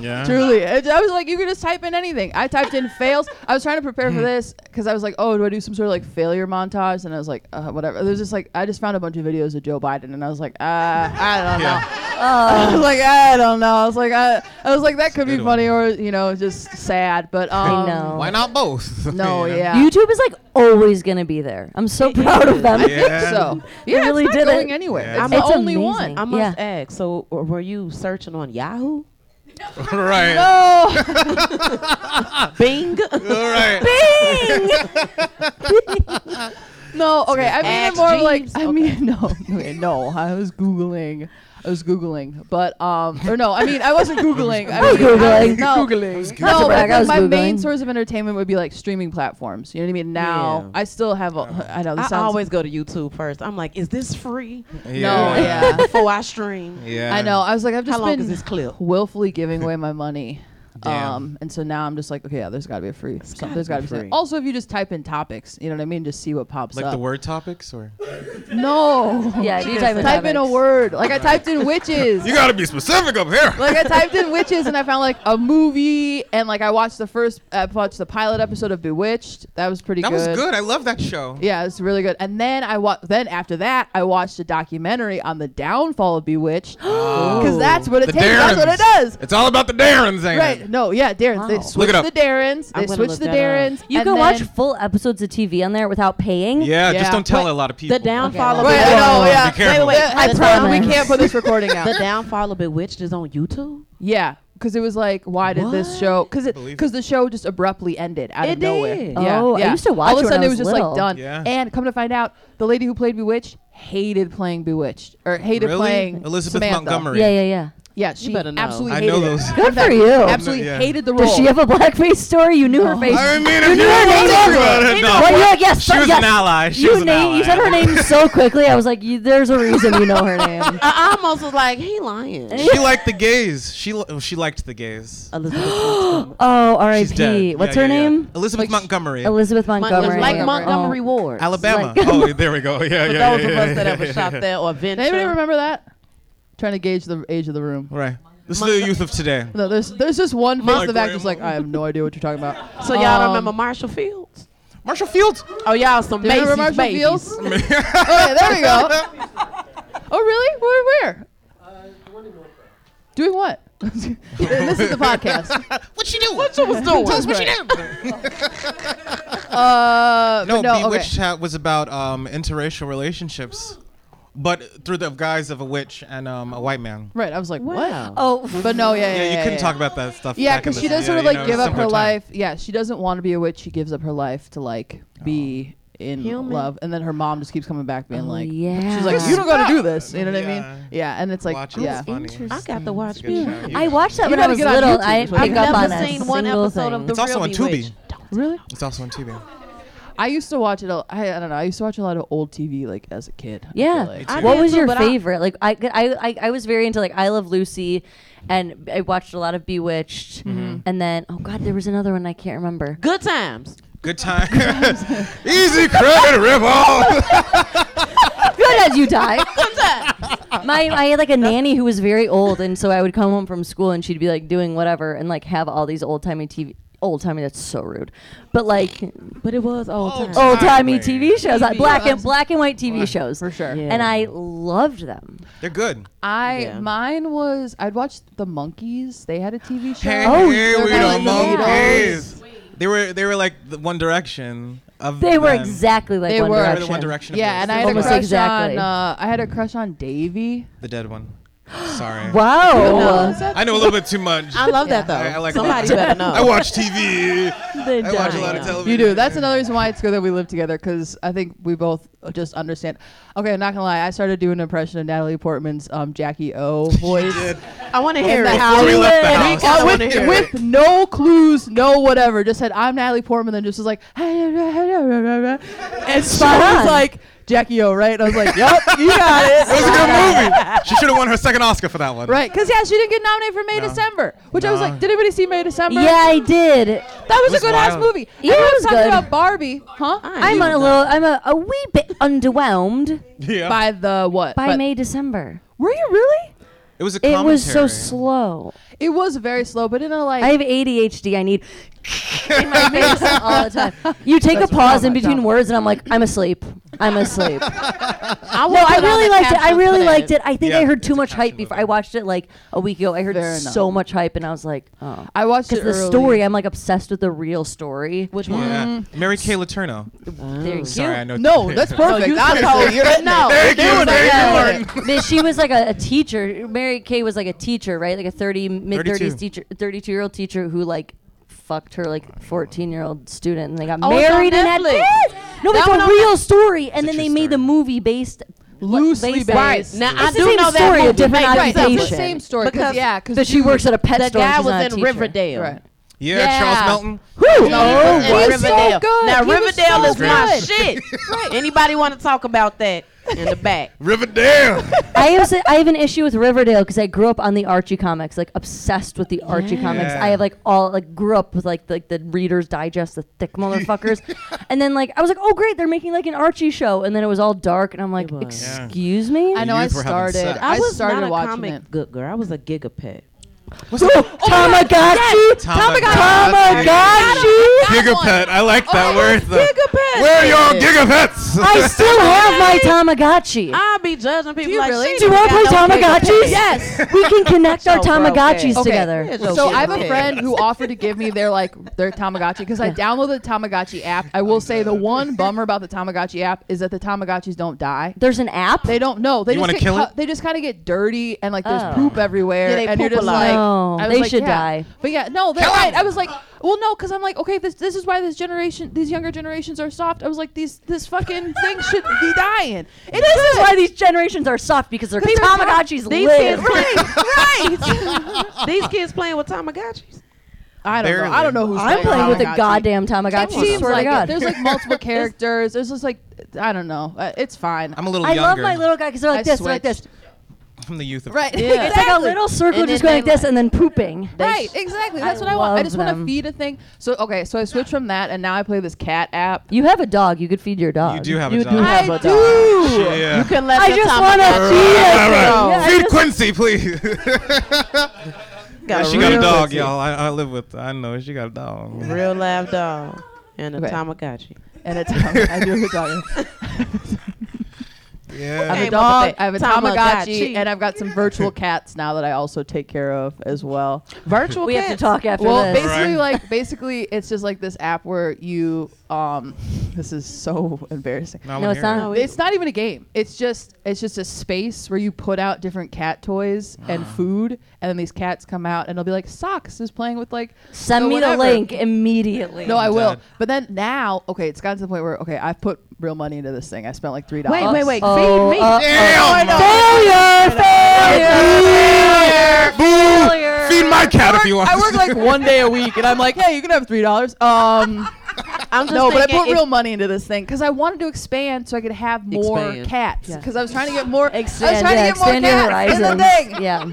S4: Yeah.
S2: Truly, It- I was like, you could just type in anything. I typed in fails. I was trying to prepare for this because I was like, oh, do I do some sort of like failure montage? And I was like, uh, whatever. There's just like, I just found a bunch of videos of Joe Biden, and I was like, uh, I don't know. I
S7: Um,
S2: was like, I don't know. I was like, I, I was like, that could
S4: a
S2: be
S4: good
S2: funny or you know, just sad. But um,
S7: I know.
S4: Why not both?
S2: No,
S4: You know?
S2: yeah.
S7: YouTube is like always going to be there. I'm so proud of them.
S4: Yeah.
S2: So
S7: They
S2: yeah,
S7: really
S2: it's not
S7: did
S2: going
S7: it.
S2: anywhere.
S4: Yeah.
S2: I'm
S7: It's
S2: the only
S7: amazing.
S2: one.
S3: I must
S7: Yeah.
S3: ask. So, w- were you searching on Yahoo?
S4: right.
S2: Oh,
S3: Bing.
S4: All right.
S2: No, okay. I mean,
S3: Ask
S2: it more like
S3: Jeeves.
S2: I mean, no, okay, no. I was googling. I was googling, but um, or no, I mean, I wasn't googling. I
S7: I was
S2: mean, I was-
S7: Googling.
S2: No,
S4: Googling.
S2: no.
S7: Not to
S2: I
S7: brag,
S2: think
S7: I was
S2: my main
S7: Googling.
S2: source of entertainment would be like streaming platforms. You know what I mean? Now
S3: Yeah.
S2: I still have. A, I know this
S3: I
S2: sounds.
S3: always go to YouTube first. I'm like, is this free
S2: no, yeah.
S3: before I stream?
S4: Yeah.
S2: I know. I was like, I've just
S3: How long
S2: been
S3: is this clip?
S2: willfully giving away my money.
S4: Damn.
S2: Um, and so now I'm just like, okay, yeah, there's got to be a free. Some,
S3: gotta
S2: there's
S3: be
S2: got to be. something.
S3: free.
S2: Also, if you just type in topics, you know what I mean, just see what pops
S4: Like
S2: up.
S4: the word topics or?
S2: No.
S7: Yeah, you type in
S2: type in a
S7: topics.
S2: word. Like I typed in witches.
S4: You gotta be specific up here.
S2: like I typed in witches and I found like a movie and like I watched the first I watched the pilot episode of Bewitched. That was pretty
S4: that
S2: good.
S4: was good. I love that show.
S2: Yeah, it's really good. And then I wa- then after that I watched a documentary on the downfall of Bewitched because that's what it
S4: Oh. The
S2: takes. That's what it
S4: Darrens.
S2: does.
S4: It's all about the Darrens, ain't
S2: Right?
S4: it?
S2: No, yeah, Darren's. They
S7: Wow.
S4: Look
S2: switched
S4: it up.
S2: the Darrens.
S3: I'm
S2: They
S3: gonna
S2: switched
S3: look
S2: the
S3: that up.
S2: Darrens.
S7: You
S2: and
S7: can watch
S2: then-
S7: full episodes of TV on there without paying.
S4: Yeah, just
S2: Yeah.
S4: don't tell
S2: Wait,
S4: a lot of people.
S3: The downfall
S2: Wait,
S3: of
S2: I know.
S4: Be
S2: Yeah.
S4: careful.
S2: Wait, wait. I
S3: The
S2: promise we
S7: downfall.
S2: can't put this recording out.
S3: The downfall of Bewitched is on YouTube.
S2: Yeah, because it was like, why did this show? Because it
S4: Believe it.
S2: because the show just abruptly ended out of
S3: It
S2: nowhere.
S3: did.
S2: Yeah,
S7: Oh, I
S2: yeah.
S7: used to watch
S2: All of a
S7: it when
S2: sudden,
S7: I
S2: it was
S7: was
S2: just
S7: little.
S2: like done.
S4: Yeah.
S2: And come to find out, the lady who played Bewitched hated playing Bewitched or hated
S4: Really?
S2: playing
S4: Elizabeth
S2: Samantha.
S4: Montgomery.
S7: Yeah, yeah, yeah.
S2: Yeah, she
S3: better know.
S2: absolutely
S4: I
S2: hated
S4: know
S2: it.
S4: those.
S7: Good for you.
S2: Absolutely
S4: Yeah.
S2: hated the role.
S7: Does she have a blackface story? You knew her face.
S4: I mean, if you
S7: her
S4: want
S7: name
S4: to talk
S7: is-
S4: about it, no.
S7: Well, you're like, yes,
S4: She was
S7: yes.
S4: an ally. She
S7: you,
S4: was an
S7: name-
S4: ally.
S7: you said her name so quickly. I was like, you, there's a reason you know her name.
S3: I almost was like, he lying.
S4: She liked the gays. She li- oh, she liked the gays.
S3: Elizabeth Montgomery.
S7: Oh,
S4: She's
S7: R.I.P.
S4: dead.
S7: What's
S4: Yeah,
S7: her
S4: yeah, yeah.
S7: name?
S4: Elizabeth Montgomery.
S7: Elizabeth Montgomery.
S2: Montgomery.
S3: Like
S2: Oh.
S3: Montgomery Ward.
S4: Alabama.
S7: like-
S4: oh, there we go. Yeah, yeah, yeah.
S3: Those
S4: yeah,
S3: of
S4: yeah,
S3: us that
S4: yeah,
S3: ever
S4: yeah,
S3: shot
S4: yeah.
S3: there or venture.
S2: Anybody remember that? Trying to gauge the age of the room.
S4: Right. This is the youth of today.
S2: No, there's there's just one face in the back
S4: Montgomery.
S2: that's like, I have no idea what you're talking about.
S3: So y'all
S2: Um,
S3: remember Marshall Fields?
S4: Marshall Fields.
S3: Oh, y'all some
S2: Do you remember
S3: Macy's
S2: Marshall
S3: babies.
S2: Fields? okay, there we go. Oh, really? Where? where? Doing what? this is the podcast.
S4: What she do? What she was
S2: doing?
S4: Tell us what she
S2: Right.
S4: did.
S2: Uh, but
S4: No,
S2: no, okay. Uh,
S4: Bewitched ha- was about um, interracial relationships. but through the guise of a witch and um, a white man.
S2: Right. I was like,
S3: Wow.
S2: what?
S7: Oh,
S2: But no, yeah, yeah.
S4: Yeah, you couldn't
S2: yeah.
S4: talk about that stuff.
S2: Yeah,
S4: back in
S2: because
S4: the-
S2: she does
S4: yeah,
S2: sort of
S4: you
S2: like
S4: know,
S2: give up her
S4: similar time.
S2: life. Yeah, she doesn't want to be a witch. She gives up her life to like be
S4: Oh.
S2: in
S3: Human.
S2: love, and then her mom just keeps coming back, being
S7: Oh,
S2: like,
S7: yeah.
S2: she's like, you don't gotta do this. You know what I
S4: Yeah.
S2: mean? Yeah, and it's like,
S4: Watch it,
S2: yeah,
S4: it's funny.
S3: I got to
S4: It's
S3: watch
S4: Mm, a good
S3: me.
S4: show. You-
S7: I watched that
S2: You
S7: when I
S2: gotta
S7: was
S2: get on
S7: little.
S2: YouTube,
S7: and I
S2: is
S7: didn't
S2: what
S7: pick
S2: you gotta
S7: up on
S2: do.
S7: a
S5: I've never seen one
S7: single
S5: episode of
S7: thing.
S5: The
S4: It's also
S5: Real
S4: on
S5: Be
S4: Tubi.
S5: Witched.
S2: really.
S4: It's also on Tubi.
S2: I used to watch it. a- I, I don't know. I used to watch a lot of old TV like as a kid. I
S7: Yeah.
S2: feel like.
S4: I
S7: what
S5: did
S7: was
S5: too,
S7: your
S5: but I-
S7: favorite? Like I, I, I, I was very into like I Love Lucy, and I watched a lot of Bewitched,
S4: Mm-hmm.
S7: and then oh god, there was another one I can't remember.
S5: Good times.
S4: Good time. Easy credit ripoff.
S7: Good as you die.
S5: Good times.
S7: my I had like a nanny who was very old, and so I would come home from school and she'd be like doing whatever and like have all these old timey TV. Old timey, that's so rude. But like
S3: But it was old
S4: Old
S3: time.
S4: time.
S7: old timey
S4: Timely.
S7: TV shows, like black and black and white TV shows,
S2: for sure.
S3: Yeah.
S7: And I loved them.
S4: They're good.
S2: I
S3: Yeah.
S2: mine was I'd watch The Monkeys. They had a TV show.
S4: Hey,
S7: Oh,
S4: here we
S2: they're
S4: the
S2: like the
S4: monkeys. They were they were like the One Direction of
S7: They were
S4: then.
S7: exactly like
S2: They
S7: One
S2: were.
S4: They
S7: Direction.
S4: were the One Direction. Of
S2: Yeah,
S4: this.
S2: and I had
S7: Almost
S2: a crush
S7: exactly.
S2: on uh, I had a crush on Davy.
S4: the dead one. Sorry.
S7: Wow.
S4: I know a little bit too much.
S5: I love that though.
S4: I- I like
S5: Somebody
S4: that.
S5: better know.
S4: I watch TV.
S7: The
S4: I watch a lot
S5: dying.
S4: of television.
S2: You do. That's another reason why it's good that we live together because I think we both uh, just understand. Okay, I'm not gonna lie. I started doing an impression of Natalie Portman's um, Jackie O voice.
S5: I want to hear
S2: the
S5: it.
S2: house.
S4: we left the house.
S5: I
S2: with,
S5: wanna hear
S2: with no clues, no whatever. Just said I'm Natalie Portman, then just was like, and Spot was
S7: on.
S2: like Jackie O, right? And I was like, yep, you got
S4: It was
S2: it.
S4: a good movie. She should have won her second Oscar for that one.
S2: Right, because yeah, she didn't get nominated for May December, which I was
S4: No.
S2: like, did anybody see May December?
S7: Yeah, I did.
S2: That was,
S4: was
S2: a good ass
S4: wild.
S2: movie.
S7: Yeah, it
S2: Everyone's
S7: was
S2: talking
S7: good.
S2: about Barbie, huh?
S7: I'm a little. I'm a, a wee bit underwhelmed
S4: Yeah.
S2: By the what?
S7: by
S2: But-
S7: May December.
S2: Were you really?
S4: It was a
S7: It
S4: commentary.
S7: was so slow.
S2: It was very slow, but in a like.
S7: I have ADHD. I need in my face all the time. You take
S2: That's
S7: a pause in
S2: drama,
S7: between
S2: drama.
S7: words, and I'm like, I'm asleep. I'm asleep.
S5: I
S7: no, I really liked it. I really liked it. I think I
S4: Yeah,
S7: heard too
S4: it's a
S7: much hype
S4: caption
S7: before.
S4: movie.
S7: I watched it like a week ago. I heard
S2: Fair
S7: so
S2: enough.
S7: much hype, and I was like, oh.
S2: I watched it
S7: Because the
S2: early.
S7: story, I'm like obsessed with the real story.
S5: Which one?
S4: Yeah. Mary Kay Letourneau.
S7: There Mm. you
S4: Sorry, I know.
S2: No, that's perfect.
S5: you
S2: That's
S5: said
S2: how
S5: it.
S2: you right now.
S4: Thank you, thank you,
S7: But she was like a, a teacher. Mary Kay was like a teacher, right? Like a thirty mid thirties
S4: 32.
S7: teacher, thirty-two year old teacher who like fucked her like fourteen year old student, and they got
S2: Oh, it's on
S7: married and had
S2: Netflix.
S7: kids. No,
S2: That
S7: but
S2: one
S7: it's a
S2: on
S7: real story, and
S4: It's
S7: then
S4: a
S7: they
S4: true
S7: made the
S4: story.
S7: movie based
S2: Loosely
S7: based on-
S2: based.
S5: Now I
S7: It's the
S5: do
S7: same
S5: know that
S7: story, a
S5: movie
S7: different
S5: made
S2: Right,
S5: sense.
S2: that's the
S7: adaptation.
S2: same story. Because
S5: Because
S2: yeah,
S7: that
S2: because
S7: she works at a pet
S5: The
S7: store. and
S5: guy
S7: she's not a
S5: was in
S7: teacher.
S5: Riverdale.
S2: Right.
S4: Yeah,
S5: Yeah.
S4: Charles Melton.
S7: Who?
S5: Oh,
S2: He was so
S5: Riverdale.
S2: good.
S5: Now
S2: He was
S5: Riverdale
S2: so
S5: is my
S2: good.
S5: shit. Anybody want to talk about that in the back?
S4: Riverdale.
S7: I have s- I have an issue with Riverdale because I grew up on the Archie comics, like obsessed with the Archie comics.
S4: Yeah.
S7: I have like all like grew up with like the, like the Reader's Digest, the thick motherfuckers, and then like I was like, oh great, they're making like an Archie show, and then it was all dark, and I'm like,
S3: was.
S7: excuse me.
S2: I
S4: The
S2: know. I
S4: youth were having
S2: started.
S4: sex.
S2: I,
S5: was
S2: started
S3: not a
S2: watching
S3: comic
S2: it.
S3: good girl. I was a gigapet.
S7: Tamagotchi. Tamagotchi.
S4: Gigapet. I like that word. though.
S5: Gigapet.
S4: Uh, Where are your gigapets?
S7: I still have my Tamagotchi.
S2: Ah.
S5: I'll be judging people like
S2: really?
S5: she
S7: Do you
S5: don't
S7: want to play
S5: got no big
S7: Tamagotchis?
S5: dick. Yeah.
S7: Yes. We can connect our Tamagotchis
S2: Okay.
S7: together.
S5: So
S2: So I have a
S5: gigapet.
S2: friend who offered to give me their like their Tamagotchi because I downloaded the Tamagotchi app. I will say the one bummer about the Tamagotchi app is that the Tamagotchis don't die.
S7: There's an app.
S2: They don't know. They
S4: You
S2: just
S4: wanna
S2: get
S4: kill
S2: cut-
S4: it?
S2: they just kind of get dirty and like there's
S7: Oh.
S2: poop everywhere
S5: Yeah, they
S2: and you're
S5: poop
S2: just
S5: a lot.
S2: like
S7: No,
S2: I was
S7: they
S2: like,
S7: should
S2: yeah.
S7: die.
S2: But yeah, no, they're right. I was like, well, no, because I'm like, okay, this this is why this generation, these younger generations are soft. I was like, these this fucking thing should be dying. It is
S7: This is why these generations are soft because their
S5: These
S7: Tamagotchis
S5: These
S7: live.
S5: kids, right, right. These kids playing with Tamagotchis.
S2: I don't know. I
S4: Barely.
S2: don't know who's
S7: I'm playing with a
S2: Tamagotchi.
S7: goddamn Tamagotchi.
S2: It seems
S7: swear
S2: like
S7: to
S2: it.
S7: God.
S2: there's like multiple characters. There's just like I don't know. Uh, It's fine.
S4: I'm a little
S7: I
S4: younger.
S7: love my little guy because they're like
S2: I
S7: this, they're like this.
S2: switched.
S4: I'm the youth of
S2: Yeah.
S7: It's like a little circle
S5: And
S7: just
S5: then
S7: going like
S5: they
S7: this and then pooping.
S2: Right, exactly. That's
S7: I
S2: what I want. I
S7: love
S2: just want to
S7: them.
S2: feed a thing. So okay, so I switched from that, and now I play this cat app.
S7: You have a dog. You could feed your dog.
S4: You do have a
S5: You
S4: job.
S5: do have
S2: I
S5: a
S2: do.
S4: Yeah.
S5: You can let
S7: I
S5: your
S7: just want
S5: Tamagotchi.
S7: to feed it.
S4: All
S7: though. Yeah,
S4: right.
S7: I
S4: Feed
S7: just-
S4: Quincy, please.
S5: Got
S4: she got a
S5: real-
S4: dog, y'all. I, I live with. I know she got a dog.
S5: Real live dog and a
S2: Okay.
S5: Tamagotchi.
S2: and a Tamagotchi. I do have a dog. I
S4: Yeah.
S2: have
S5: Okay.
S2: a
S5: Hey,
S2: dog.
S5: motherfucker.
S2: I have a Tamagotchi,
S5: Tamagotchi.
S2: and I've got some virtual cats now that I also take care of as well.
S5: Virtual
S7: We have to
S5: cats.
S7: talk after
S2: Well,
S7: this.
S2: basically,
S4: Right.
S2: like basically, it's just like this app where you Um, this is so embarrassing.
S4: I
S7: No,
S4: wanna
S7: it's
S4: hear it.
S7: not.
S2: It's not even a game. It's just it's just a space where you put out different cat toys and
S7: Hmm.
S2: food, and then these cats come out and they'll be like, "Socks is playing with like."
S7: Send me the
S2: whatever."
S7: link immediately.
S2: No, I will.
S4: dead.
S2: But then now, okay, it's gotten to the point where okay, I've put real money into this thing. I spent like three dollars.
S8: Wait, wait, wait.
S7: Oh,
S8: Feed me.
S7: uh,
S4: Damn!
S7: Failure! Failure!
S4: Boo!
S7: Failure!
S4: Feed my cat if you want.
S2: I work like one day a week, and I'm like, hey, you can have three dollars. Um,
S3: I'm just
S2: no, but I
S3: thinking
S2: put
S3: if-
S2: real money into this thing because I wanted to expand so I could have more
S3: Expand.
S2: cats because I was trying to get more. I was
S7: Expand,
S2: trying
S7: yeah,
S2: to get more
S7: expand your
S2: cats in the
S7: horizons.
S2: thing.
S7: Yeah.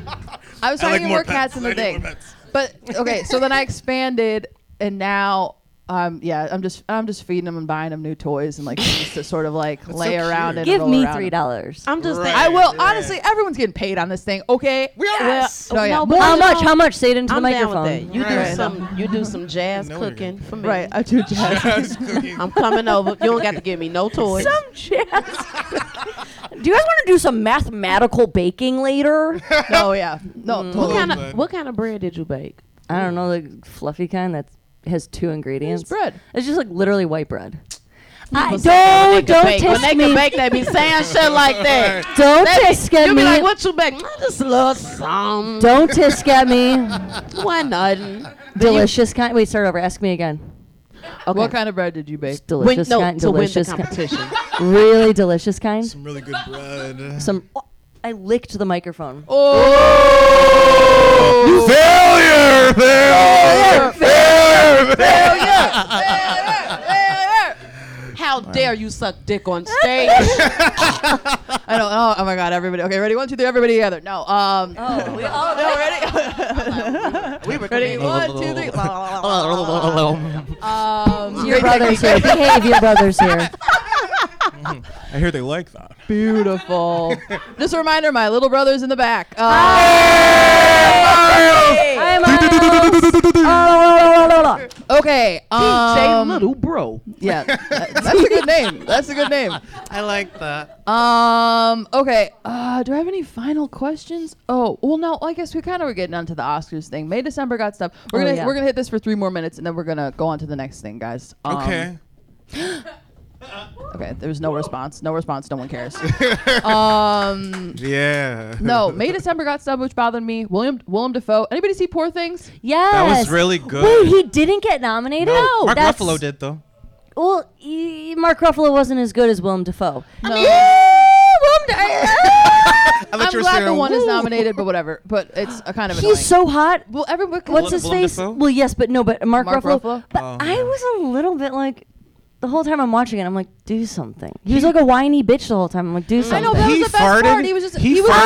S2: I was
S4: I
S2: trying
S4: like
S2: to get
S4: more
S2: more
S4: pets.
S2: cats in
S4: I
S2: the
S4: need more
S2: thing.
S4: pets.
S2: But okay, so then I expanded, and now. Um, yeah, I'm just I'm just feeding them and buying them new toys and like things to sort of like lay
S4: so
S2: around
S4: cute.
S2: and
S7: Give
S2: roll
S7: me
S2: around
S7: three
S2: in.
S7: dollars.
S3: I'm just
S4: Right.
S2: I will
S4: Yeah.
S2: honestly. Everyone's getting paid on this thing. Okay. We
S7: are. Yes.
S2: No, yeah.
S3: No,
S2: More
S3: but-
S7: How
S3: Well,
S7: much?
S3: no.
S7: How much? Say it into
S3: I'm
S7: the
S3: down with
S7: microphone.
S3: that. You do
S4: Right.
S3: some, you do some jazz
S4: No, you're
S3: cooking for me.
S2: right. I do jazz.
S4: Yes, cookie.
S3: I'm coming over. You don't got to give me no toys.
S7: Some jazz. do you guys want to do some mathematical baking later?
S2: no, yeah. No,
S3: what
S7: Mm.
S2: totally.
S3: kind
S4: but-
S3: of what kind of bread did you bake?
S7: I don't know the fluffy kind that has two ingredients.
S2: bread.
S7: It's just like literally white bread. I,
S2: People say
S7: don't
S2: when
S7: don't
S2: they can bake. When
S7: test
S2: they
S7: me.
S2: can bake, they be saying shit like that.
S7: Don't
S3: That-
S7: test at
S3: you
S7: me.
S3: be like, what you bake? I just love some.
S7: don't tisk at me.
S3: Why nothing?
S7: Delicious kind. Wait, start over. Ask me again.
S3: Okay.
S2: What kind of bread did you bake?
S3: Win,
S7: Delicious
S3: no,
S7: kind.
S3: to win the
S7: Delicious kind.
S3: competition.
S7: Really delicious kind.
S4: Some really good bread.
S7: Some. oh, I licked the microphone.
S2: Oh,
S1: Failure! Failure! Failure!
S2: Oh,
S3: How dare you suck dick on stage?
S2: I don't. Oh, oh my God, everybody. Okay, ready. One, two, three. Everybody together. No. Um.
S7: Oh, we all
S2: No, ready. ready. One, two, three. um.
S7: Your
S2: great
S7: brother's
S2: technique.
S7: here. Behave, your brother's here.
S4: I hear they like that.
S2: Beautiful. Just a reminder, my little brother's in the back. Uh,
S7: Hi, Miles.
S2: Okay. Um,
S3: Little bro.
S2: Yeah, that- that's a good name. That's a good name.
S4: I like that.
S2: Um. Okay. Uh, do I have any final questions? Oh, well, no. I guess we kind of were getting onto the Oscars thing. May December got stuff. We're
S7: Oh,
S2: gonna
S7: yeah.
S2: we're gonna hit this for three more minutes, and then we're gonna go on to the next thing, guys. Um,
S4: Okay.
S2: Okay. There was no response. No response. No one cares. um.
S4: Yeah.
S2: No. May December got stuff, which bothered me. William Willem Dafoe. Anybody see Poor Things?
S7: Yes.
S4: That was really good.
S7: Wait, he didn't get nominated? Oh,
S4: Mark
S7: That's-
S4: Ruffalo did though.
S7: Well, e- Mark Ruffalo wasn't as good as Willem Dafoe.
S2: No.
S7: ah!
S4: I
S2: I'm glad the one is
S4: "Woo."
S2: nominated, but whatever. But it's a kind of annoying.
S7: He's so hot.
S2: well, everyone.
S7: What's his
S4: Willem
S7: face?
S4: Dafoe?
S7: Well, yes, but no, but Mark,
S2: Mark
S7: Ruffalo.
S2: Ruffalo?
S7: But
S4: Oh,
S7: I
S4: yeah.
S7: was a little bit like the whole time I'm watching it, I'm like, do something. He was like a whiny bitch the whole time. I'm like, do
S2: I
S7: something.
S2: know that
S4: He
S2: was the best
S4: farted.
S2: part. He was just
S4: He
S2: he was "Oh,
S4: farted.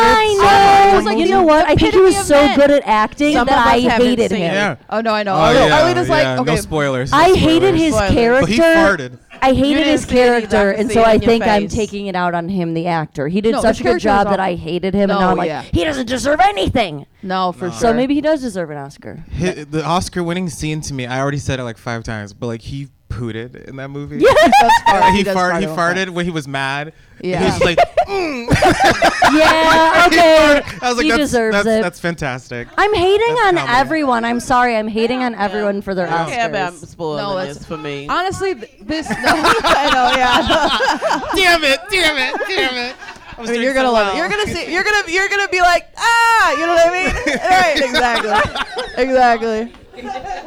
S7: I
S4: I
S7: know.
S4: was like,
S7: you
S4: the
S7: know what? I think he was
S2: epitome of
S7: so
S2: men.
S7: good at acting
S3: Some of
S7: that
S3: us
S7: I
S3: haven't
S7: hated him.
S3: seen it.
S4: Yeah.
S2: Oh no, I know.
S4: Oh,
S2: I,
S4: yeah.
S2: I was just
S4: yeah,
S2: like,
S4: No
S2: okay,
S4: spoilers. no
S7: I hated
S4: spoilers.
S7: his
S2: Spoilers.
S7: character.
S4: But he farted.
S7: I hated
S3: didn't
S7: his
S3: see it either. I can
S7: character, and
S3: see
S7: so
S3: it
S7: I
S3: in your
S7: think I'm
S3: face.
S7: taking it out on him, the actor. He did
S2: No,
S7: such
S2: his
S7: a good
S2: character
S7: job
S2: was
S7: that I
S2: awful.
S7: hated him, and
S2: No,
S7: now I'm like,
S2: yeah.
S7: he doesn't deserve anything.
S2: no, for sure.
S7: So maybe he does deserve an Oscar.
S4: Hi- the Oscar-winning scene to me. I already said it like five times, but like he pooted in that movie. Yeah.
S2: That's far-
S4: he,
S2: does
S4: farted. He
S2: fart a lot.
S4: farted when he was mad.
S2: Yeah.
S4: He was like,
S7: yeah,
S4: he
S7: okay.
S4: farted. I was like,
S7: he
S4: that's,
S7: deserves
S4: that's,
S7: it.
S4: That's fantastic.
S7: I'm hating
S4: that's
S7: on
S4: comedy.
S7: everyone. I'm sorry. I'm hating on everyone for their
S3: I don't care about
S7: Oscars.
S3: spoiling
S2: No, that's-
S3: this for me.
S2: Honestly, th- this no, I know, yeah.
S4: damn it! Damn it! Damn it! I was
S2: I mean,
S4: doing
S2: you're gonna
S4: so
S2: love it.
S4: well.
S2: You're gonna see. You're gonna. You're gonna be like, ah, you know what I mean? right? Exactly. Exactly.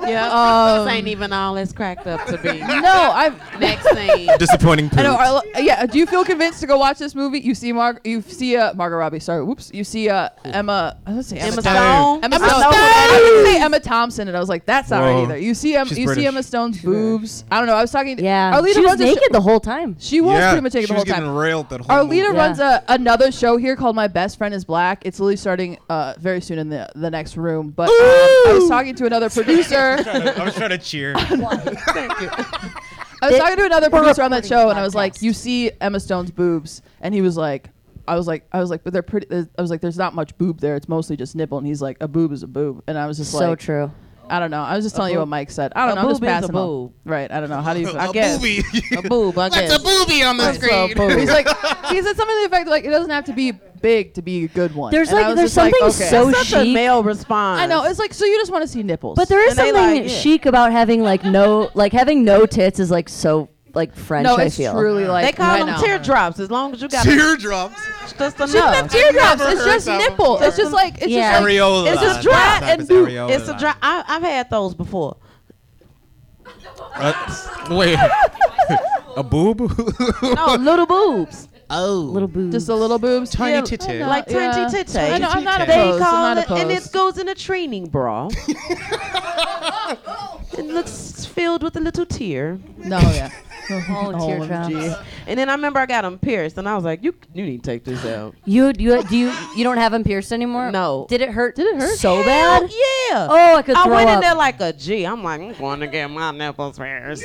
S2: Yeah. Um,
S3: this ain't even all it's cracked up to be.
S2: no, I've.
S3: Next thing.
S4: disappointing.
S2: I know.
S4: poots.
S2: I lo- yeah. Do you feel convinced to go watch this movie? You see Mar. You see uh, Margot Robbie. Sorry. Whoops. You see uh, Emma. I was gonna say Emma.
S3: Emma
S2: Stone.
S3: Stone.
S2: Emma Stone. I didn't say Emma Thompson, and I was like, that's not right
S4: Whoa.
S2: either. You see, em-
S4: She's
S2: you see
S4: British.
S2: Emma Stone's boobs. I don't know. I was talking. To
S7: Yeah,
S2: Arlita
S7: she was
S2: runs a sh-
S7: naked the whole time.
S2: She was
S4: yeah,
S2: pretty much naked
S4: she
S2: the whole
S4: was getting
S2: time.
S4: railed that whole.
S2: Our
S4: movie.
S2: leader
S7: Yeah.
S2: runs a, another show here called My Best Friend Is Black. It's literally starting uh, very soon in the the next room. But um, I was talking to another producer.
S4: I was trying to cheer.
S2: I was
S7: It-
S2: talking to another producer on that
S7: recording
S2: show, and I was
S7: podcast.
S2: like, "You see Emma Stone's boobs," and he was like, "I was like, I was like, but they're pretty." I was like, "There's not much boob there. It's mostly just nipple." And he's like, "A boob is a boob," and I was just
S7: So
S2: like,
S7: true.
S2: I don't know. I was just telling you what Mike said. I don't
S3: A
S2: know. I'm just
S3: boob is a
S2: passing on.
S3: boob.
S2: Right. I don't know. How do you? I
S4: a
S2: guess.
S4: booby.
S3: A boob, I guess.
S4: That's a booby on the
S2: So,
S4: screen.
S2: boom. He's like, he said something to the effect of, like, it doesn't have to be big to be a good one.
S7: There's
S2: And I
S7: like-
S2: was
S7: there's
S2: just like,
S7: something
S2: okay.
S7: so
S3: Such a
S7: chic.
S3: male response.
S2: I know. It's like so you just want to see nipples.
S7: But there is
S2: And they,
S7: something
S2: like, yeah.
S7: chic about having like no like having no tits is like so like French.
S2: No,
S7: I
S2: it's
S7: feel.
S2: truly like
S3: they call
S2: right
S3: them
S2: now.
S3: teardrops. As long as you got a,
S4: Teardrops.
S3: just
S2: It's just
S3: enough.
S2: not teardrops.
S4: Never
S2: It's
S4: heard
S2: just
S4: that
S2: nipple.
S4: before.
S2: It's just like it's
S7: Yeah.
S2: just like
S4: Areola.
S2: It's just
S4: That
S2: dry
S4: type
S2: and
S4: is
S2: do.
S4: areola.
S3: It's a dry. I, I've had those before.
S1: Uh, wait. a boob?
S3: No, little boobs.
S4: Oh.
S7: Little boobs.
S2: just a little boobs.
S4: Tiny
S2: Yeah,
S4: titty.
S2: I know,
S3: Like tiny
S2: yeah.
S3: titty.
S2: I know. I'm not
S4: Titty. They
S2: opposed.
S3: They call
S2: I'm not
S3: it, and it
S2: opposed.
S3: goes in a training bra. it looks filled with a little tear.
S2: No, yeah.
S7: Oh, teardrops.
S3: And then I remember I got them pierced, and I was like, "You, you need to take this out."
S7: You do you, do you you don't have them pierced anymore?
S3: No.
S7: Did it hurt? Did it
S3: hurt?
S7: so bad?
S3: Yeah.
S7: Oh, I could
S3: I
S7: throw
S3: went in
S7: up.
S3: there like a G. I'm like, I'm going to get my nipples pierced.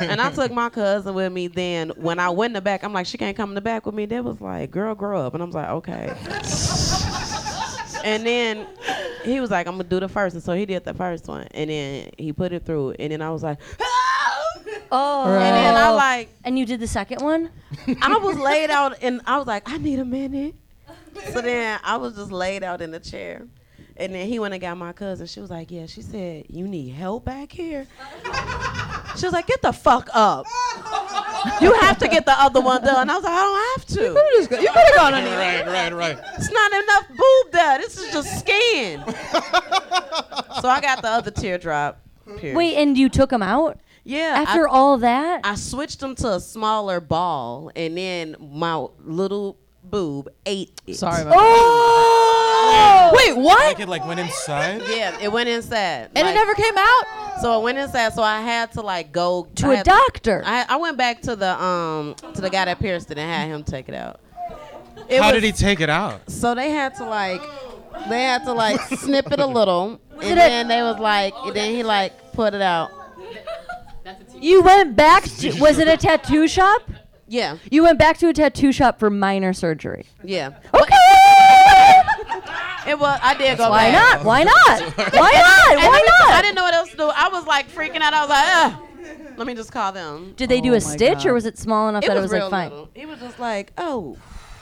S3: and I took my cousin with me. Then when I went in the back, I'm like, she can't come in the back with me. They was like, girl, grow up. And I was like, okay. and then he was like, I'm gonna do the first. And so he did the first one. And then he put it through. And then I was like,
S7: Oh.
S3: and then I like,
S7: And you did the second one?
S3: I was laid out, and I was like, I need a minute. So then I was just laid out in the chair. And then he went and got my cousin. She was like, Yeah, she said, You need help back here. She was like, Get the fuck up. You have to get the other one done. I was like, I don't have to.
S2: You could have gone on either.
S4: Right, right, right.
S3: It's not enough boob there. This is just skin. so I got the other teardrop. pierced.
S7: Wait, and you took them out
S3: yeah. I-
S7: after all that?
S3: I switched them to a smaller ball, and then my little boob ate it.
S2: Sorry about
S7: oh.
S2: that. Wait, what?
S1: it like went inside?
S3: Yeah, it went inside.
S2: And it
S3: Like,
S2: never came out. Oh
S3: So it went inside. So I had to like go
S7: To
S3: I
S7: a
S3: had-
S7: doctor.
S3: I, I went back to the um to the guy that pierced it and had him take it out. It
S4: How
S3: was-
S4: did he take it out?
S3: So they had to like they had to like snip it a little,
S7: it-
S3: and then they was like, and then he like put it out.
S7: you went back to was it a tattoo shop?
S3: Yeah,
S7: You went back to a tattoo shop for minor surgery.
S3: yeah.
S7: Okay.
S3: It was. I did go
S7: Why
S3: back.
S7: not? Why not? Why not? Why
S3: I
S7: not?
S3: didn't know what else to do. I was like freaking out. I was like, Ugh. let me just call them.
S7: Did they do
S2: Oh my
S7: a stitch
S2: God.
S7: or was it small enough
S3: It
S7: that
S3: was,
S7: it was
S3: real
S7: like fine?
S3: little. He was just like, oh,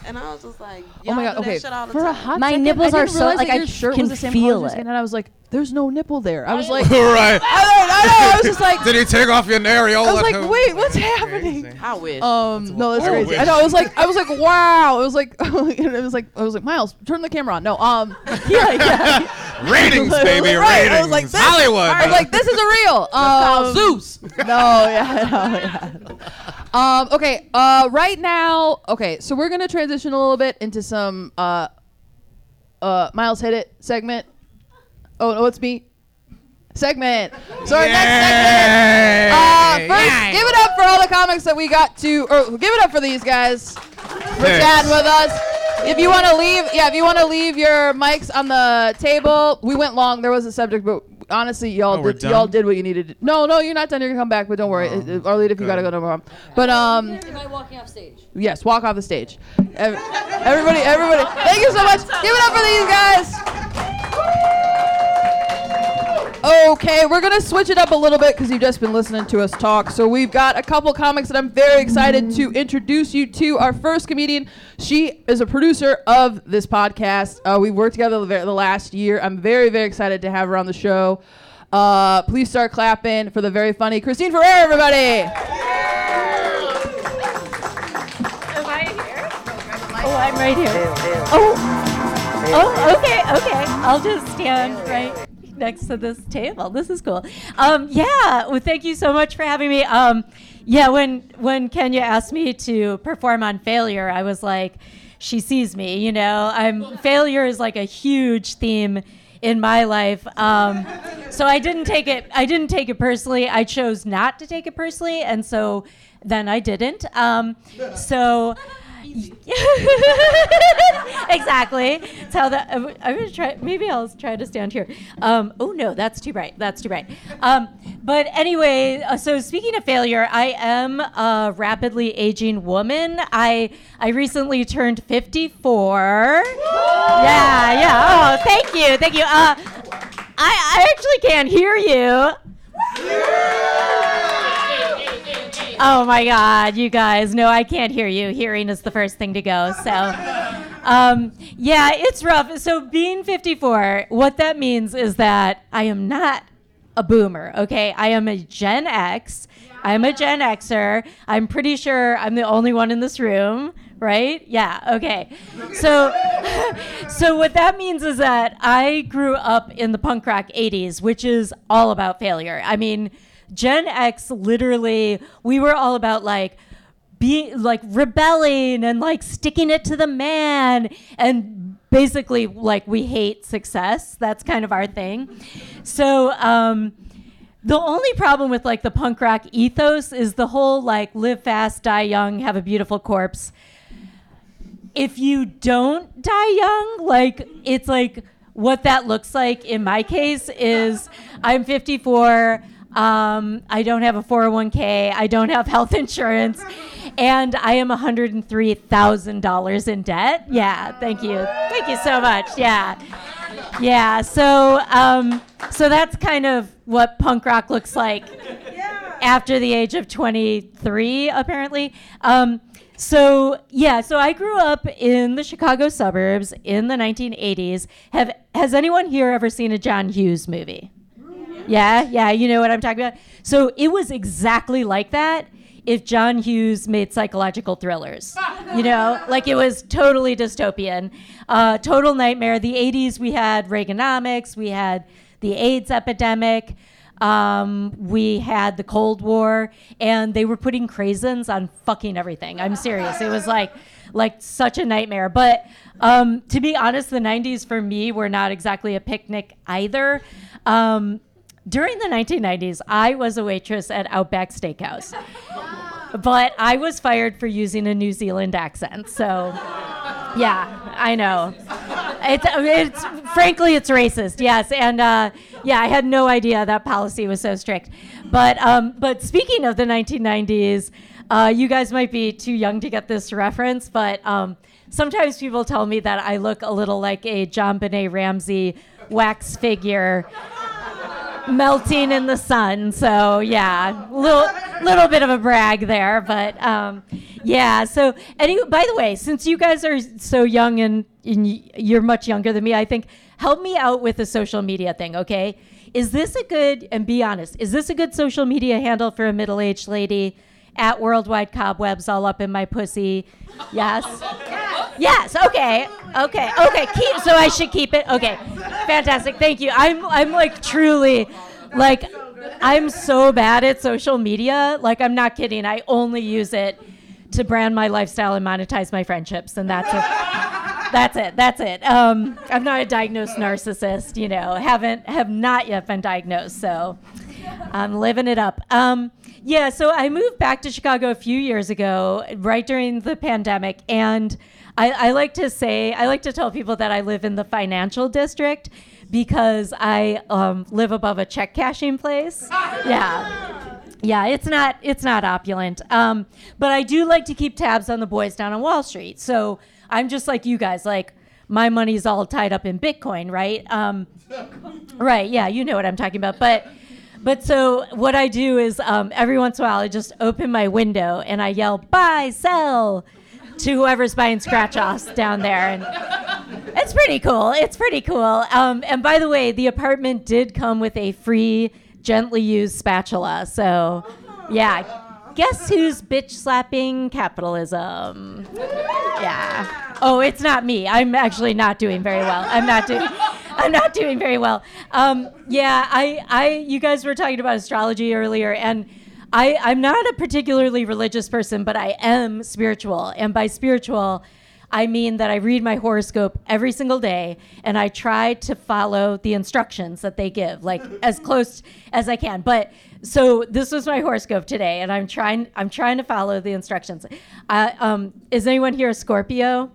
S3: and I was just like,
S2: Oh my god.
S3: y'all do that
S2: Okay.
S3: shit all the
S2: For a
S3: time.
S2: hot
S7: My
S2: second,
S7: nipples
S2: I
S7: are
S2: didn't
S7: so-
S2: realize
S7: like,
S2: that
S7: I
S2: your shirt
S7: can
S2: was the same color
S7: feel
S2: as your
S7: it.
S2: skin, and I was like, "There's no nipple there." I was like, "Oh,
S1: right.
S2: I don't, I don't. I was just like,
S1: Did he take off your areola?
S2: I was like, "Wait, what's happening?"
S3: I wish.
S2: Um, no,
S7: Oh,
S2: that's
S1: I
S2: crazy. I
S1: wish.
S2: know. I was like, I was like, wow. It was like, it was like, I was like, Miles, turn the camera on. No, um, yeah, yeah.
S1: ratings, baby,
S2: Right,
S1: ratings.
S2: I was like, that's-
S1: Hollywood.
S2: I was like, this is a real. Um,
S3: Zeus.
S2: No, yeah, no, yeah. Um, okay. Uh, right now, okay. So we're gonna transition a little bit into some uh, uh, Miles hit it segment. Oh no, it's me. Segment. So our next segment. Uh, first, give it up for all the comics that we got to, or give it up for these guys for
S1: Thanks.
S2: chatting with us. If you want to leave, yeah, if you want to leave your mics on the table, we went long. There was a subject, but honestly, y'all
S4: Oh, we're
S2: did y'all
S4: done? Oh,
S2: did what you needed. to- No, no, you're not done. You're gonna come back, but don't worry, It- it- or lead if you gotta go, no problem. But um,
S7: walking off stage?
S2: yes, walk off the stage. Ev- Everybody, everybody, thank you so much. Give it up for these guys. Okay, we're gonna switch it up a little bit because you've just been listening to us talk. So we've got a couple comics that I'm very excited to introduce you to. Our first comedian, she is a producer of this podcast. Uh, we've worked together the, ver- the last year. I'm very very excited to have her on the show. Uh, please start clapping for the very funny Christine Ferrer, everybody.
S6: Am I here?
S8: Oh, I'm right here. Oh, oh, okay, okay. I'll just stand right next to this table. This is cool. Um, yeah. Well, thank you so much for having me. Um, yeah. When when Kenya asked me to perform on failure, I was like, she sees me. You know, I'm failure is like a huge theme in my life. Um, so I didn't take it. I didn't take it personally. I chose not to take it personally, and so then I didn't. Um, so. exactly. That's how that. I'm gonna try. Maybe I'll try to stand here. Um, oh no, that's too bright. That's too bright. Um, but anyway, uh, so speaking of failure, I am a rapidly aging woman. I I recently turned 54. Yeah, yeah. Oh, thank you, thank you. Uh, I, I actually can't hear you. Oh my God, you guys. No, I can't hear you. Hearing is the first thing to go. So, um, yeah, it's rough. So, being 54, what that means is that I am not a boomer, okay? I am a Gen X. I'm a Gen Xer. I'm pretty sure I'm the only one in this room, right? Yeah, okay. So, so what that means is that I grew up in the punk rock 80s, which is all about failure. I mean, Gen X literally, we were all about like being like rebelling and like sticking it to the man and basically like we hate success. That's kind of our thing. So, um, the only problem with like the punk rock ethos is the whole like live fast, die young, have a beautiful corpse. If you don't die young, like it's like what that looks like in my case is I'm 54. Um, I don't have a 401k. I don't have health insurance. And I am $103,000 in debt. Yeah, thank you. Thank you so much. Yeah. Yeah, so um, so that's kind of what punk rock looks like after the age of 23, apparently. Um, so yeah, so I grew up in the Chicago suburbs in the 1980s. Have has anyone here ever seen a John Hughes movie? Yeah, yeah, you know what I'm talking about. So it was exactly like that if John Hughes made psychological thrillers. You know, like it was totally dystopian, uh, total nightmare. The 80s, we had Reaganomics, we had the AIDS epidemic, um, we had the Cold War, and they were putting craisins on fucking everything. I'm serious. It was like, like such a nightmare. But um, to be honest, the 90s for me were not exactly a picnic either. Um, during the 1990s, I was a waitress at Outback Steakhouse. But I was fired for using a New Zealand accent. So, yeah, I know. It's, it's frankly, it's racist. Yes, and uh, yeah, I had no idea that policy was so strict. But um, but speaking of the 1990s, uh, you guys might be too young to get this reference, but um, sometimes people tell me that I look a little like a John Benet Ramsey wax figure melting in the sun. So yeah, little little bit of a brag there, but um, yeah. So anyway, by the way, since you guys are so young and, and y- you're much younger than me, I think help me out with the social media thing, okay? Is this a good and be honest? Is this a good social media handle for a middle aged lady? At worldwide cobwebs all up in my pussy. Yes. Yes. Okay. Okay. Okay. Keep. So I should keep it. Okay. Fantastic. Thank you. I'm. I'm like truly, like, I'm so bad at social media. Like I'm not kidding. I only use it to brand my lifestyle and monetize my friendships, and that's it. That's it. That's it. Um, I'm not a diagnosed narcissist. You know, haven't have not yet been diagnosed. So. I'm living it up. Um, yeah, so I moved back to Chicago a few years ago, right during the pandemic, and I, I like to say I like to tell people that I live in the financial district because I um, live above a check cashing place. Yeah. Yeah, it's not it's not opulent, um, but I do like to keep tabs on the boys down on Wall Street. So I'm just like you guys, like my money's all tied up in Bitcoin, right? Um, right? Yeah, you know what I'm talking about. But but so what I do is um, every once in a while I just open my window and I yell buy sell to whoever's buying scratch offs down there and it's pretty cool. It's pretty cool. Um, and by the way, the apartment did come with a free gently used spatula. So yeah. Guess who's bitch slapping capitalism? Yeah. Oh, it's not me. I'm actually not doing very well. I'm not doing. I'm not doing very well. Um, yeah, I, I, you guys were talking about astrology earlier, and I, I'm not a particularly religious person, but I am spiritual, and by spiritual, I mean that I read my horoscope every single day, and I try to follow the instructions that they give, like as close as I can. But so this was my horoscope today, and I'm trying, I'm trying to follow the instructions. I, um, is anyone here a Scorpio?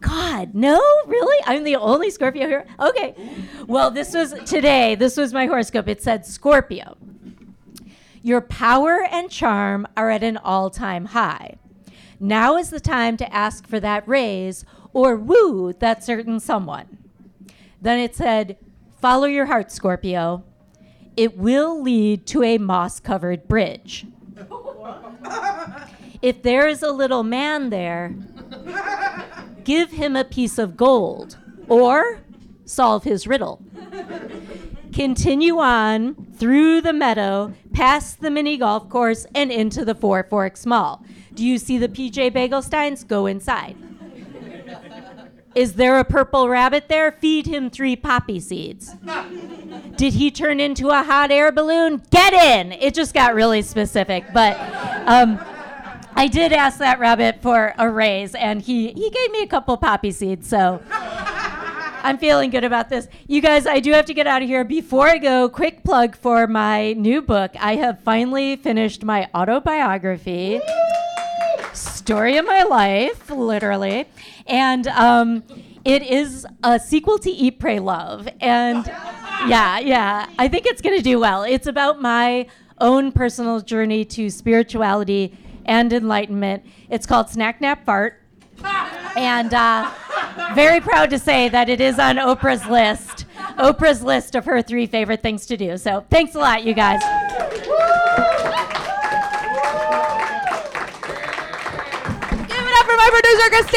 S8: God, no, really? I'm the only Scorpio here? Okay. Well, this was today, this was my horoscope. It said Scorpio. Your power and charm are at an all time high. Now is the time to ask for that raise or woo that certain someone. Then it said, Follow your heart, Scorpio. It will lead to a moss covered bridge. If there is a little man there, give him a piece of gold or solve his riddle. Continue on through the meadow, past the mini golf course, and into the Four Forks Mall. Do you see the PJ Bagelsteins? Go inside. Is there a purple rabbit there? Feed him three poppy seeds. Did he turn into a hot air balloon? Get in! It just got really specific, but um, I did ask that rabbit for a raise, and he, he gave me a couple poppy seeds, so I'm feeling good about this. You guys, I do have to get out of here. Before I go, quick plug for my new book. I have finally finished my autobiography story of my life, literally. And um, it is a sequel to Eat, Pray, Love. And yeah, yeah, I think it's going to do well. It's about my own personal journey to spirituality and enlightenment. It's called Snack Nap Fart. And uh, very proud to say that it is on Oprah's list, Oprah's list of her three favorite things to do. So thanks a lot, you guys.
S2: Give it up for my producer,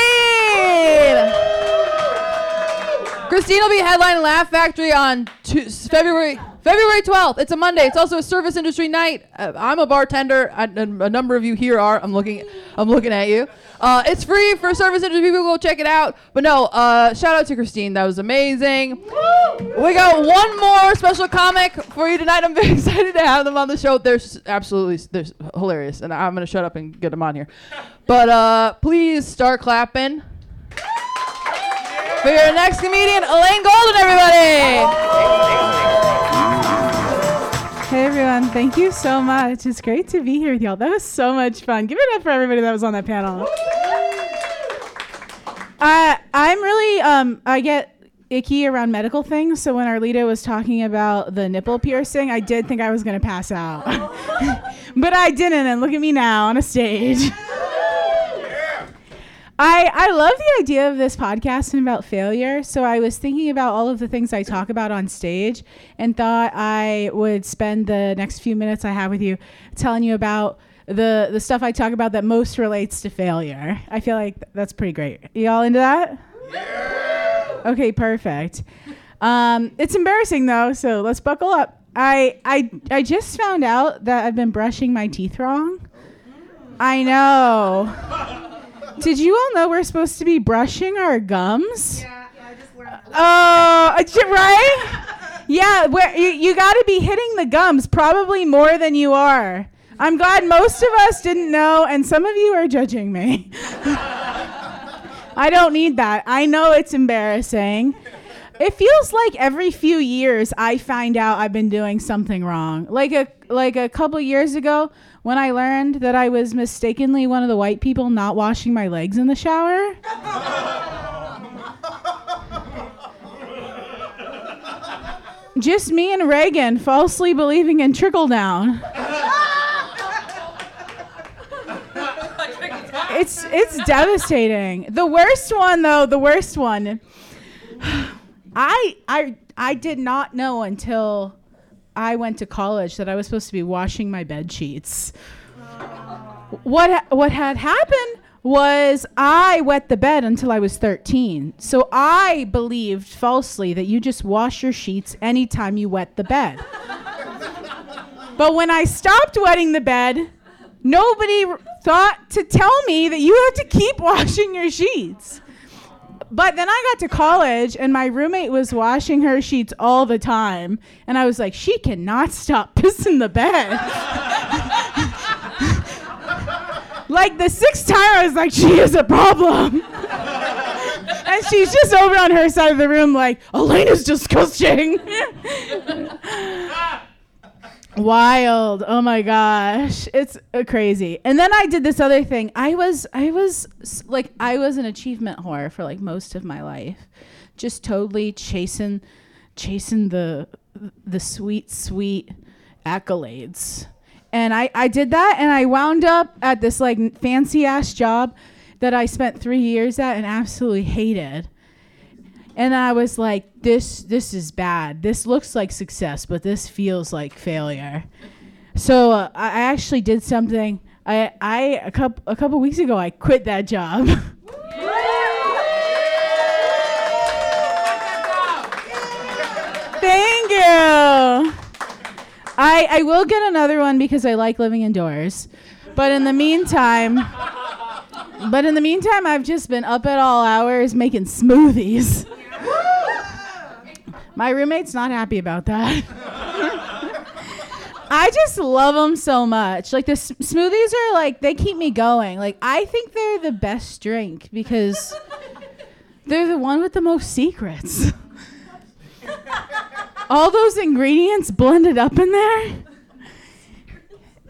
S2: Christine. Christine will be headlining Laugh Factory on Tu- February February 12th. It's a Monday. It's also a service industry night. Uh, I'm a bartender. I, a a number of you here are. I'm looking. I'm looking at you. Uh, it's free for service industry people. Go check it out. But no, uh, shout out to Christine. That was amazing. We got one more special comic for you tonight. I'm very excited to have them on the show. They're s- absolutely s- they're s- hilarious, and I'm gonna shut up and get them on here. But uh, please start clapping for your next comedian, Elaine Golden, everybody.
S9: Hey everyone, thank you so much. It's great to be here with y'all. That was so much fun. Give it up for everybody that was on that panel. Uh, I'm really, um, I get icky around medical things. So when Arlita was talking about the nipple piercing, I did think I was going to pass out. but I didn't, and look at me now on a stage. I, I love the idea of this podcast and about failure. So I was thinking about all of the things I talk about on stage and thought I would spend the next few minutes I have with you telling you about the, the stuff I talk about that most relates to failure. I feel like th- that's pretty great. You all into that? Okay, perfect. Um, it's embarrassing though, so let's buckle up. I, I, I just found out that I've been brushing my teeth wrong. I know. Did you all know we're supposed to be brushing our gums? Yeah, yeah, I just learned. Oh, uh, j- right? yeah, where, you, you got to be hitting the gums probably more than you are. I'm glad most of us didn't know, and some of you are judging me. I don't need that. I know it's embarrassing. It feels like every few years I find out I've been doing something wrong. Like a like a couple years ago when I learned that I was mistakenly one of the white people not washing my legs in the shower. Just me and Reagan falsely believing in trickle down. it's it's devastating. The worst one though, the worst one. I I I did not know until I went to college that I was supposed to be washing my bed sheets. What ha- what had happened was I wet the bed until I was 13. So I believed falsely that you just wash your sheets anytime you wet the bed. but when I stopped wetting the bed, nobody r- thought to tell me that you have to keep washing your sheets. But then I got to college and my roommate was washing her sheets all the time. And I was like, she cannot stop pissing the bed. like the sixth time, I was like, she is a problem. and she's just over on her side of the room, like, Elena's disgusting. wild oh my gosh it's uh, crazy and then i did this other thing i was i was s- like i was an achievement whore for like most of my life just totally chasing chasing the the sweet sweet accolades and i i did that and i wound up at this like fancy ass job that i spent three years at and absolutely hated and I was like, this this is bad. This looks like success, but this feels like failure. So uh, I I actually did something. I I a couple a couple weeks ago I quit that job. Thank you. I I will get another one because I like living indoors. But in the meantime, but in the meantime, I've just been up at all hours making smoothies. My roommate's not happy about that. I just love them so much. Like the s- smoothies are like they keep me going. Like I think they're the best drink because they're the one with the most secrets. All those ingredients blended up in there.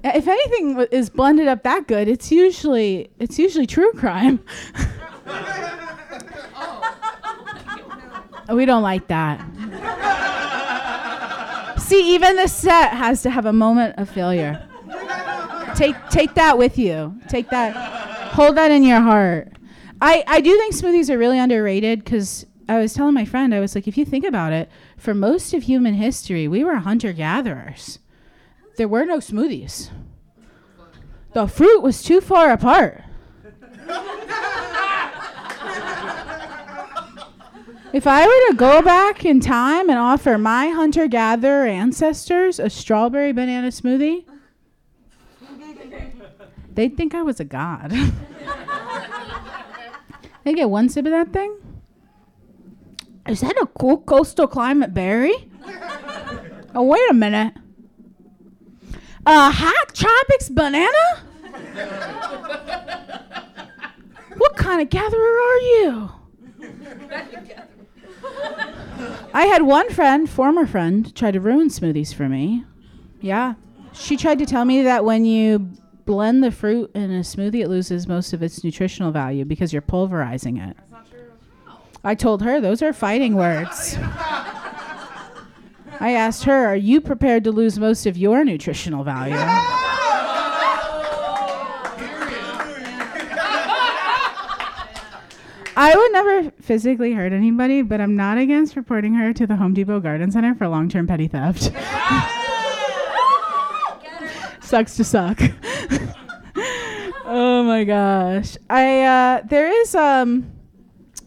S9: Uh, If anything w- is blended up that good, it's usually it's usually true crime. We don't like that. See, even the set has to have a moment of failure. Take take that with you. Take that. Hold that in your heart. I, I do think smoothies are really underrated because I was telling my friend, I was like, if you think about it, for most of human history, we were hunter gatherers. There were no smoothies. The fruit was too far apart. If I were to go back in time and offer my hunter gatherer ancestors a strawberry banana smoothie, they'd think I was a god. they get one sip of that thing. Is that a cool coastal climate berry? oh, wait a minute. A hot tropics banana? what kind of gatherer are you? I had one friend, former friend, try to ruin smoothies for me. Yeah. She tried to tell me that when you blend the fruit in a smoothie, it loses most of its nutritional value because you're pulverizing it. That's not true. I told her those are fighting words. I asked her, Are you prepared to lose most of your nutritional value? I would never physically hurt anybody, but I'm not against reporting her to the Home Depot Garden Center for long term petty theft. Sucks to suck. oh my gosh. I uh, there is um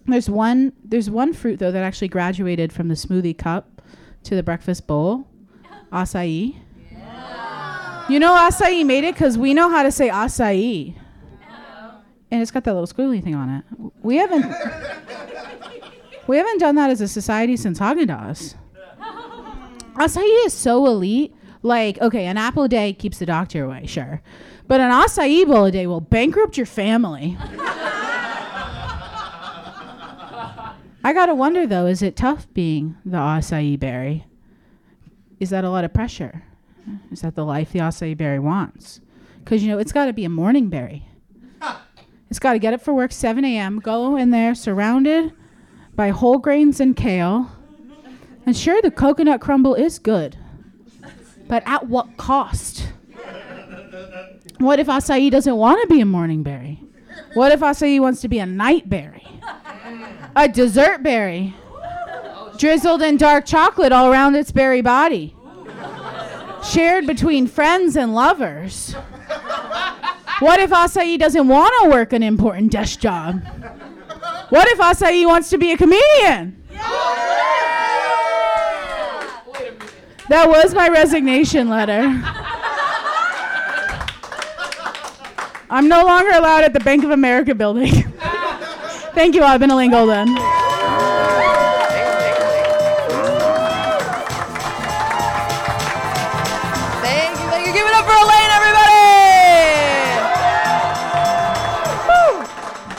S9: there's one there's one fruit though that actually graduated from the smoothie cup to the breakfast bowl. Acai. You know acai made it because we know how to say acai and it's got that little squiggly thing on it. W- We haven't we haven't done that as a society since Haagen Dazs. Acai is so elite. Like, okay, an apple a day keeps the doctor away, sure, but an acai bowl a day will bankrupt your family. I gotta wonder though, is it tough being the acai berry? Is that a lot of pressure? Is that the life the acai berry wants? Because you know, it's got to be a morning berry. It's got to get up for work 7 a.m., go in there surrounded by whole grains and kale. And sure, the coconut crumble is good, but at what cost? What if acai doesn't want to be a morning berry? What if acai wants to be a night berry? A dessert berry? Drizzled in dark chocolate all around its berry body. Shared between friends and lovers. What if Acai doesn't want to work an important desk job? What if Acai wants to be a comedian? That was my resignation letter. I'm no longer allowed at the Bank of America building. Thank you, I've been a lingo then.
S7: Thank you, thank you. Give it up for Elaine, everybody!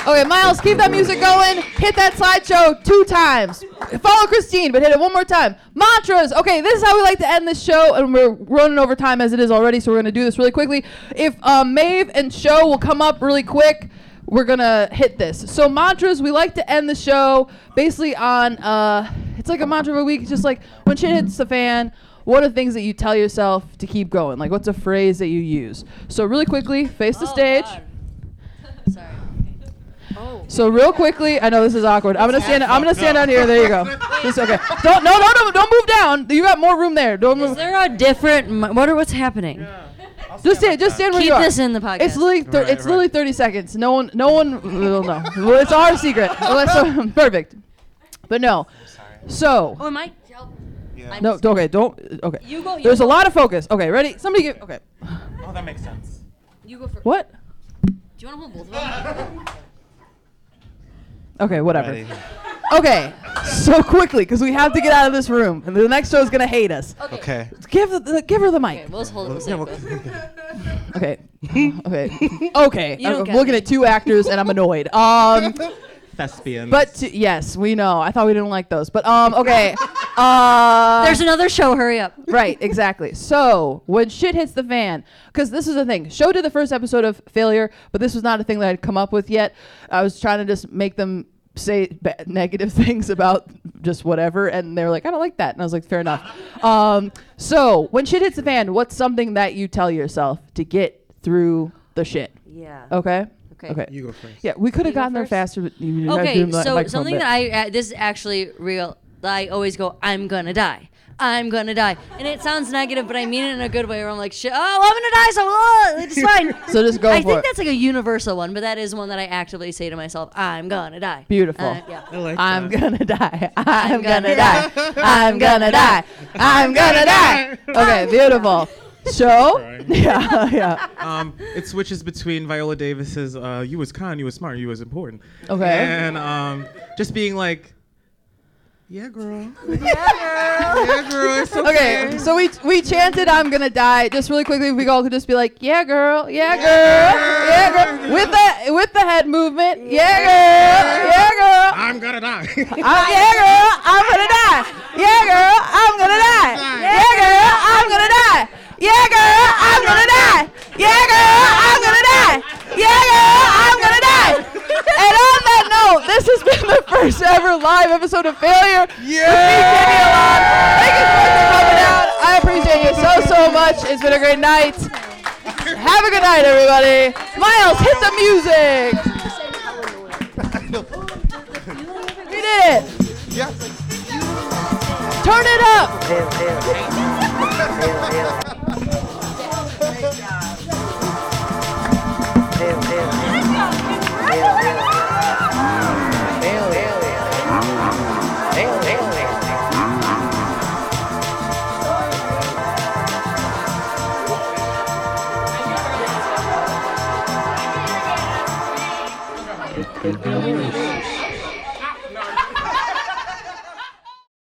S2: Okay, Miles, keep that music going. Hit that slideshow two times. Follow Christine, but hit it one more time. Mantras. Okay, this is how we like to end this show, and we're running over time as it is already, so we're gonna do this really quickly. If um, Maeve and Show will come up really quick, we're gonna hit this. So mantras, we like to end the show basically on uh, it's like a mantra of a week. It's just like when shit hits the fan. What are the things that you tell yourself to keep going? Like, what's a phrase that you use? So, really quickly, face the stage.
S7: Sorry. Oh,
S2: So real quickly, I know this is awkward. I'm gonna stand. I'm gonna stand down here. There you go. It's okay. Don't no no no don't move down. You got more room there. Don't
S7: Is
S2: move.
S7: there a different? mi- What are what's happening?
S2: Just stand. Just stand where
S7: Keep
S2: you are.
S7: this in the podcast.
S2: It's literally thir-
S4: Right,
S2: it's literally 30 seconds. No one no one will know. Well, it's our secret. Well, that's- perfect. But no. So
S7: oh, am I? I'm
S2: no.
S7: just-
S2: Okay. Don't. Okay.
S7: You go. You
S2: There's
S7: go,
S2: a lot of focus. Okay. Ready? Somebody give. Okay.
S4: Oh, that makes sense.
S7: You go first.
S2: What?
S7: Do you want to hold both of them?
S2: Okay. Whatever. Okay. So quickly, because we have to get out of this room, and the next show is gonna hate us.
S4: Okay.
S2: Give the, the give her the mic.
S7: Okay, we'll just hold it.
S4: Yeah,
S7: We'll see.
S4: well,
S2: Okay. okay. Okay.
S7: You don't
S2: I'm
S7: get
S2: looking
S7: it.
S2: at two actors and I'm annoyed. Um,
S4: Thespians.
S2: but to- yes, we know. I thought we didn't like those, but um, okay. Uh,
S7: There's another show. Hurry up.
S2: right, exactly. So when shit hits the fan, because this is the thing. Show did the first episode of failure, but this was not a thing that I'd come up with yet. I was trying to just make them say ba- negative things about just whatever, and they were like, "I don't like that," and I was like, "Fair enough." um, so when shit hits the fan, what's something that you tell yourself to get through the shit?
S7: Yeah.
S2: Okay.
S7: Okay.
S2: Okay.
S4: you go first.
S2: yeah, we could have
S7: go
S2: gotten there
S7: first?
S2: faster. But you did not do
S7: Okay,
S2: the
S7: so
S2: microphone
S7: something
S2: bit.
S7: that I uh, this is actually real. I always go, I'm gonna die. I'm gonna die, and it sounds negative, but I mean it in a good way. Where I'm like, shit, oh, I'm gonna die, so oh, it's fine.
S2: So just go
S7: I
S2: for
S7: think
S2: it.
S7: that's like a universal one, but that is one that I actively say to myself, I'm gonna die.
S2: Beautiful.
S7: Uh, yeah.
S2: I'm gonna die. I'm gonna
S7: gonna
S2: die. I'm gonna die. I'm gonna die. Okay, beautiful. So, yeah, yeah.
S4: Um, it switches between Viola Davis's uh, "You was kind, you was smart, you was important,"
S2: Okay.
S4: and um, just being like, "Yeah, girl, yeah, girl, yeah, girl, it's okay."
S2: Okay, so we we chanted "I'm gonna die" just really quickly. We all could just be like, "Yeah, girl, yeah, girl, yeah, girl," with the with the head movement. Yeah, girl, yeah, girl.
S4: I'm gonna die.
S2: I'm, yeah, girl, I'm gonna die. Yeah, girl, I'm gonna die. Yeah, girl, I'm gonna die. Yeah, girl, I'm gonna die. Yeah, girl, I'm gonna die. Yeah, girl, I'm gonna die. And on that note, this has been the first ever live episode of Failure.
S4: yeah.
S2: Thank you so much for coming out. I appreciate you so, so much. It's been a great night. Have a good night, everybody. Miles, hit the music. We did it. Turn it up.